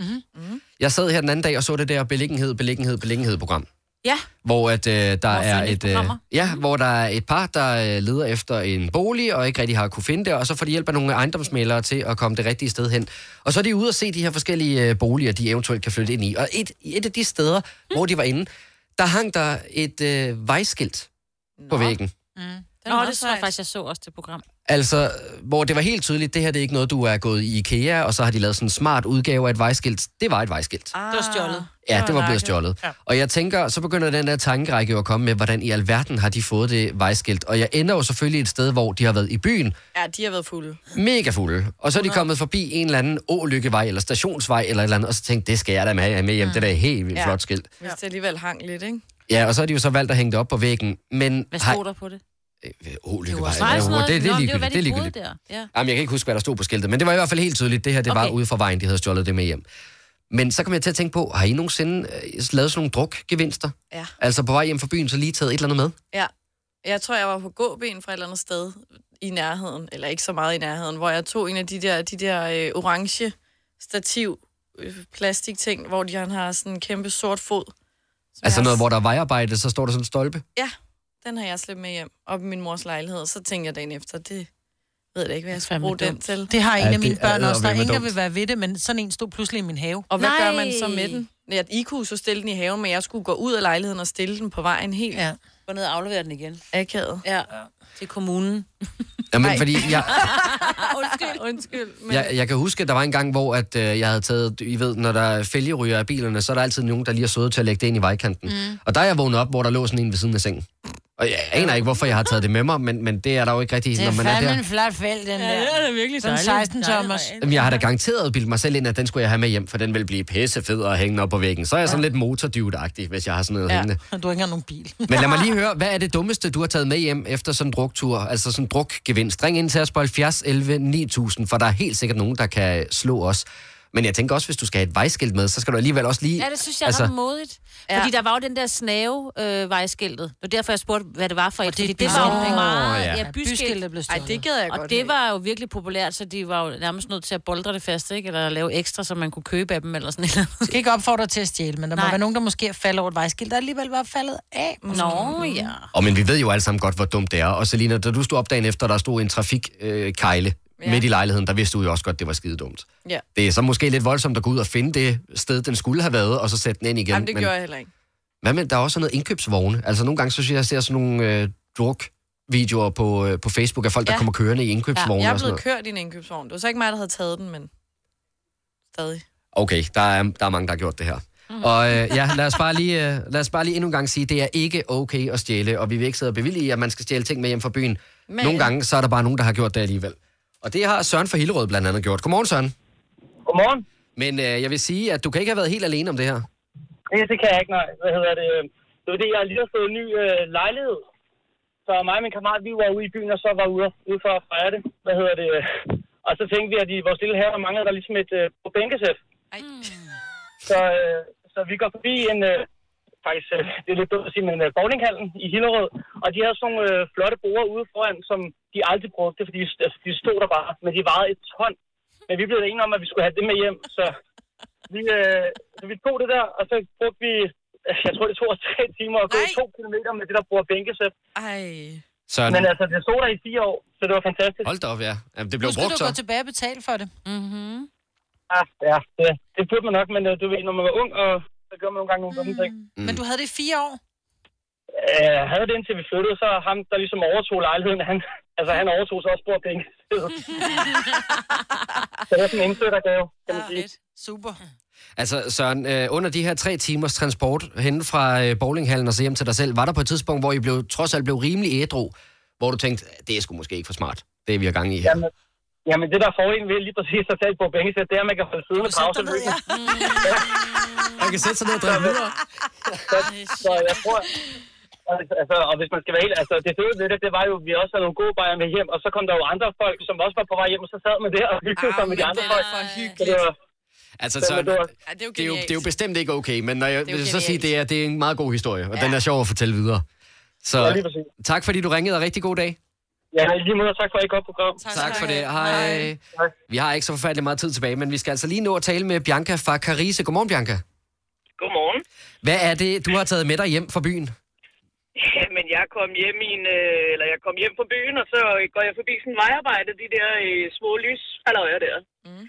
S1: Mm-hmm. Jeg sad her den anden dag og så det der beliggenhed, beliggenhed, beliggenhed program.
S4: Ja.
S5: Mm.
S1: Hvor at, øh, der er
S4: finde
S1: et, øh,
S4: programmer.
S1: ja, hvor der er et par, der øh, leder efter en bolig og ikke rigtig har kunne finde det, og så får de hjælp af nogle ejendomsmælere til at komme det rigtige sted hen. Og så er de ude og se de her forskellige øh, boliger, de eventuelt kan flytte ind i. Og et, et af de steder, mm. hvor de var inde, der hang der et øh, vejskilt Nå. på væggen.
S4: Nå, det tror jeg faktisk, jeg så også det program.
S1: Altså, hvor det var helt tydeligt, det her det er ikke noget, du er gået i IKEA, og så har de lavet sådan en smart udgave af et vejskilt. Det var et vejskilt.
S4: Ah, det var stjålet.
S1: Ja, det var blevet stjålet. Ja. Og jeg tænker, så begynder den der tankerække jo at komme med, hvordan i alverden har de fået det vejskilt. Og jeg ender jo selvfølgelig et sted, hvor de har været i byen,
S5: Ja, de har været fulde.
S1: mega fulde. Og så er de kommet forbi en eller anden ålykkevej, eller stationsvej, eller et eller andet, og så tænkte, det skal jeg da med- have med hjem. Det er da
S4: Mm.
S1: et helt vildt
S5: Ja.
S1: flot skilt.
S5: Hvis det alligevel hang lidt, ikke?
S1: Ja, og så har de jo så valgt at hænge det op på væggen. Men
S5: Hvad
S1: har-
S5: stod der på det?
S1: Ålykkevej.
S4: Faktisk
S1: Ja,
S4: noget-
S1: Det, det
S4: Nå,
S1: er
S4: men det var,
S1: ligegyldigt.
S4: hvad
S1: Det er
S4: de boede
S1: ligegyldigt.
S4: der. Ja.
S1: Jamen, jeg kan ikke huske, hvad der stod på skiltet, men det var i hvert fald helt tydeligt, det her, det okay. var
S4: Okay.
S1: ude fra vejen, de havde stjålet det med hjem. Men så kom jeg til at tænke på, har I nogensinde øh, lavet sådan nogle drukgevinster?
S5: Ja.
S1: Altså på vej hjem fra byen, så lige taget et eller andet med?
S5: Ja. Jeg tror, jeg var på gåben fra et eller andet sted i nærheden, eller ikke så meget i nærheden, hvor jeg tog en af de der, de der øh, orange stativ øh, plastikting, hvor de han har sådan en kæmpe sort fod.
S1: altså noget, hvor der er vejarbejde, så står der sådan en stolpe.
S5: Ja, den har jeg slæbt med hjem op i min mors lejlighed. Så tænkte jeg dagen efter, det ved jeg da ikke, hvad jeg skal bruge den til.
S3: Det har en
S5: ja,
S3: af mine
S5: det er
S3: børn også. Der er
S5: eddermame
S3: ingen, der
S5: dumt.
S3: vil være ved det, men sådan en stod pludselig i min have.
S5: Og hvad Nej. gør man så med den? Ja, I kunne så stille den i haven, men jeg skulle gå ud af lejligheden og stille den på vejen helt.
S4: Ja. Gå ned og aflevere den igen.
S5: Akavet.
S4: Ja, til kommunen.
S1: Jamen,
S4: Ej.
S1: fordi jeg,
S5: undskyld, undskyld. Men...
S1: jeg, jeg kan huske, at der var en gang, hvor at, øh, jeg havde taget, I ved, når der er fælgeryger af bilerne, så er der altid nogen, der lige er søde til at lægge det ind i vejkanten. Mm. Og der er jeg vågnet op, hvor der lå sådan en ved siden af sengen. Og jeg aner ikke, hvorfor jeg har taget det med mig, men, men det er der jo ikke rigtigt,
S2: Det
S1: når
S2: er
S1: man er der.
S2: fandme en flot fæld, den
S4: Ja,
S2: der.
S4: det er da virkelig
S2: Den
S4: dejligt.
S2: 16
S4: Dejligt
S2: tommers.
S1: Jamen, jeg har da garanteret bildt mig selv ind, at den skulle jeg have med hjem, for den ville blive pissefed og hænge op på væggen. Så er jeg sådan lidt motordyvet hvis jeg har sådan noget ja.
S3: Ja.
S1: hængende.
S3: Du har ikke engang nogen bil.
S1: Men lad mig lige høre, hvad er det dummeste, du har taget med hjem efter sådan en druktur? Altså sådan en drukgevinst. Ring ind til os på 70 11 9000, for der er helt sikkert nogen, der kan slå os. Men jeg tænker også, hvis du skal have et vejskilt med, så skal du alligevel også lige...
S4: Ja, det synes jeg altså, er ret modigt. Ja. Fordi der var jo den der snave øh, vejskiltet. Det var derfor, jeg spurgte, hvad det var for et. Fordi det var jo
S5: byskilt.
S4: meget...
S5: Åh, ja.
S4: Ja,
S5: Ja, byskiltet blev stjålet. Ej, det gad jeg
S4: og
S5: godt
S4: det
S5: have.
S4: var jo virkelig populært, så de var jo nærmest nødt til at boldre det fast, ikke? Eller lave ekstra, så man kunne købe af dem, eller sådan noget.
S2: Jeg skal ikke opfordre til at stjæle, men der Nej. må
S4: Nej.
S2: være nogen, der måske falder over et vejskilt, der alligevel var faldet af.
S4: Nå, ja.
S1: Og men vi ved jo alle sammen godt, hvor dumt det er. Og Selina, da du stod op dagen efter, der stod en trafikkejle øh, kejle
S5: Ja.
S1: midt i lejligheden, der vidste du jo også godt, det var skide dumt.
S5: Ja.
S1: Det er så måske lidt voldsomt at gå ud og finde det sted, den skulle have været, og så sætte den ind igen.
S5: Jamen, det
S1: men-
S5: gjorde jeg heller ikke.
S1: Hvad med, der er også noget indkøbsvogne. Altså nogle gange, så synes jeg, jeg ser sådan nogle øh, druk-videoer på, øh, på Facebook af folk, ja. der
S5: Ja.
S1: kommer kørende i indkøbsvogne
S5: Ja, jeg
S1: og
S5: er
S1: sådan
S5: blevet
S1: noget.
S5: kørt i en indkøbsvogn. Det var så ikke mig, der havde taget den, men stadig.
S1: Okay, der er, der er mange, der har gjort det her. Mm. Og øh, ja, lad os, bare lige, øh, lad os bare lige endnu en gang sige, det er ikke okay at stjæle, og vi vil ikke sidde og bevillige, at man skal stjæle ting med hjem fra byen. Men...
S5: Men-
S1: Nogle gange, så er der bare nogen, der har gjort det alligevel. Og det har Søren fra Hillerød blandt andet gjort. Godmorgen, Søren.
S7: Godmorgen.
S1: Men øh, jeg vil sige, at du kan ikke have været helt alene om det her.
S7: Nej, det kan jeg ikke, nej. Hvad hedder det? øh, Det var det, jeg lige har fået en ny øh, lejlighed. Så mig og min kammerat, vi var ude i byen, og så var ude, ude for at fejre det. Hvad hedder det? øh, Og så tænkte vi, at i vores lille have manglede der ligesom et øh, bænkesæt. Så, øh, så vi går forbi en, øh, faktisk, øh, det er lidt dumt at sige, men øh, bowlinghallen i Hillerød. Og de havde sådan nogle øh, flotte borer ude foran, som de aldrig brugte, fordi altså, de stod der bare. Men de vejede et ton. Men vi blev da enige om, at vi skulle have det med hjem, så vi, øh, så vi tog det der, og så brugte vi, jeg tror det tog os tre timer at gå to kilometer med det der bruger bænkesæt.
S5: Ej.
S1: Søren.
S7: Men altså, det stod der i fire år, så det var fantastisk.
S1: Hold da op, ja. Jamen, det blev
S2: Nu skal
S1: brugt
S2: du gå
S1: så.
S2: tilbage og betale for det. Mm-hmm.
S7: Ja, Ah, ja det, det burde man nok, men øh, du ved, når man var ung, og så gør man nogle gange nogle dumme ting.
S2: Men du havde det i fire år?
S7: øh, havde det indtil vi flyttede, så ham, der ligesom overtog lejligheden, han, altså han overtog så også bordpenge. så det er sådan en indflyttergave, kan
S2: Ah,
S7: man sige.
S3: Super.
S1: Altså, Søren, øh, under de her tre timers transport hen fra øh, bowlinghallen og så hjem til dig selv, var der på et tidspunkt, hvor I blev, trods alt blev rimelig ædru, hvor du tænkte, det er sgu måske ikke for smart, det vi har gang i her.
S7: Jamen, jamen, det der er fordelen ved lige præcis at tage på pengesæt, det er, at man kan holde siden med pause. Ja.
S1: Man kan sætte sig ned og drikke videre.
S7: så, så jeg tror, altså, og hvis man skal være helt, altså det fede ved det, det var jo, at vi også havde nogle gode bajer med hjem, og så kom der jo andre folk, som også var på vej hjem, og så sad man der og
S1: Ah,
S7: hyggede sig med de andre folk. Så det var,
S1: Altså,
S7: det var-
S1: Søren,
S7: det var-
S1: det, er jo det, er jo, det er jo bestemt ikke okay, men når jeg
S7: Det er jo
S1: vil så sige,
S7: genialt.
S1: det er, det er en meget god historie, og ja. den er sjov at fortælle videre. Så
S7: Ja, lige præcis.
S1: tak, fordi du ringede, og rigtig god dag.
S7: ja, i lige måde, tak for et godt program.
S1: Tak, tak for det. Hej. Vi har ikke så forfærdelig meget tid tilbage, men vi skal altså lige nå at tale med Bianca fra Carise. Godmorgen, Bianca.
S17: Godmorgen.
S1: Hvad er det, du har taget med dig hjem fra byen?
S17: Jamen, jeg kom hjem i en, øh, eller jeg kom hjem fra byen, og så går jeg forbi sådan en vejarbejde, de der øh, små lys, halløjer der. Mm.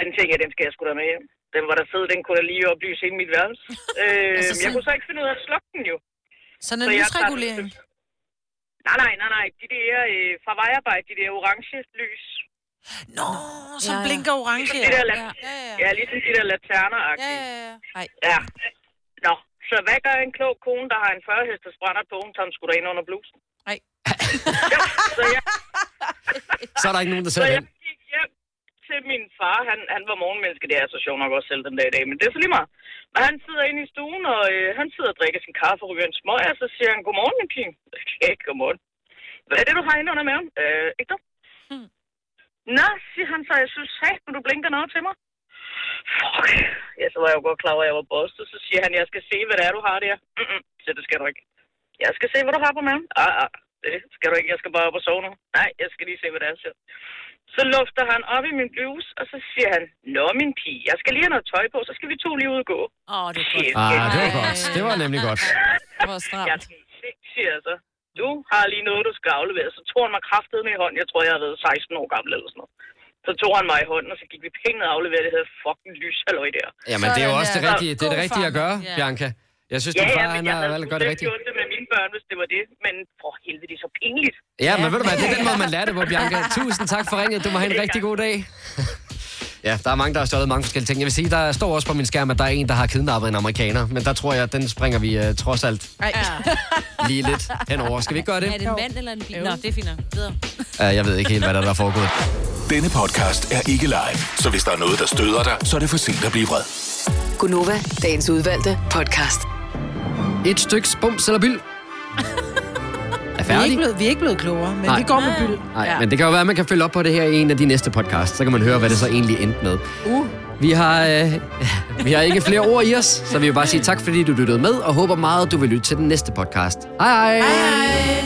S17: Den tænker jeg, den skal jeg sgu da med hjem. Den var der fed, den kunne da lige oplyse hele mit værelse. øh,
S3: Altså
S17: jeg
S3: sådan-
S17: kunne så ikke finde ud af at slukke den jo.
S2: Sådan en
S17: Så jeg tager den-
S2: lysregulering.
S17: Nej, nej, nej, nej. De der øh, fra vejarbejde, de der orange lys.
S2: Nå, som
S17: ja.
S2: blinker orange.
S17: Ligesom de der, ja, ja, ja. ja, ligesom de der laterner ja, ja, ja. ja. Nå, så hvad gør en klog kone, der har en 40 hestes brænder på, hun tager den sgu da ind under blusen? Nej. så jeg,
S1: Så er der ikke nogen, der ser
S17: Så
S1: den.
S17: jeg gik hjem til min far. Han, han var morgenmenneske. Det er så sjovt nok også selv den dag i dag, men det er så lige meget. Men han sidder inde i stuen, og øh, han sidder og drikker sin kaffe og ryger en smøg, og så siger han, godmorgen, min pige. Ja, godmorgen. Hvad er det, du har inde under maven? Øh, ikke dog. Nå, siger han så, jeg synes, hey, du blinker noget til mig. Fuck. Ja, så var jeg jo godt klar over, at jeg var bostet. Så siger han, jeg skal se, hvad det er, du har der. Mm-mm. Så det skal du ikke. Jeg skal se, hvad du har på maven. Ah, ah, det skal du ikke. Jeg skal bare op og sove nu. Nej, jeg skal lige se, hvad det er, siger. Så lufter han op i min bluse, og så siger han, Nå, min pige, jeg skal lige have noget tøj på, så skal vi to lige ud og gå. Åh, oh, det er godt.
S1: Ah, det var godt. Det var nemlig godt.
S17: Det var stramt. Jeg siger jeg så, du har lige noget, du skal aflevere. Så tog han mig kraftedeme i hånden. Jeg tror, jeg har været 16 år gammel eller sådan noget. Så tog han mig i hånden, og så gik vi pænt og afleverede det her fucking lyshalløj der.
S1: Jamen, det er jo også det
S17: Så-
S1: rigtige, det, er det rigtige at gøre, Bianca. Jeg synes, din far, han
S17: jeg
S1: har
S17: havde
S1: valgt at gøre det
S17: bestemt
S1: rigtigt.
S17: gjort det med mine børn, hvis det var det. Men for helvede, det er så pinligt.
S1: Ja, men ved du hvad, det er den måde, man lærer det på, Bianca. Tusind tak for ringet. Du må have en rigtig god dag. Ja, der er mange, der har stjålet mange forskellige ting. Jeg vil sige, der står også på min skærm, at der er en, der har kidnappet en amerikaner. Men der tror jeg, at den springer vi uh, trods alt
S4: Ej.
S1: lige lidt henover. Skal vi ikke gøre det?
S4: Er det en mand eller en bil? Nå, det er fint. nok. Videre.
S1: Uh, jeg ved ikke helt, hvad der, er, der er foregået.
S16: Denne podcast er ikke live, så hvis der er noget, der støder dig, så er det for sent at blive vred.
S6: Gunova, dagens udvalgte podcast.
S1: Et styks bums eller byld. Er
S2: Vi er, ikke
S1: færdig?
S2: blevet, vi er ikke blevet klogere, men
S1: Nej.
S2: Nej. vi går med byld.
S1: Nej, men det kan jo være, at man kan følge op på det her i en af de næste podcasts. Så kan man høre, hvad det så egentlig endte med.
S2: Uh.
S1: Vi har, øh, vi har ikke flere ord i os, så vi vil bare sige tak, fordi du lyttede med, og håber meget, du vil lytte til den næste podcast. Hej hej! hej, hej.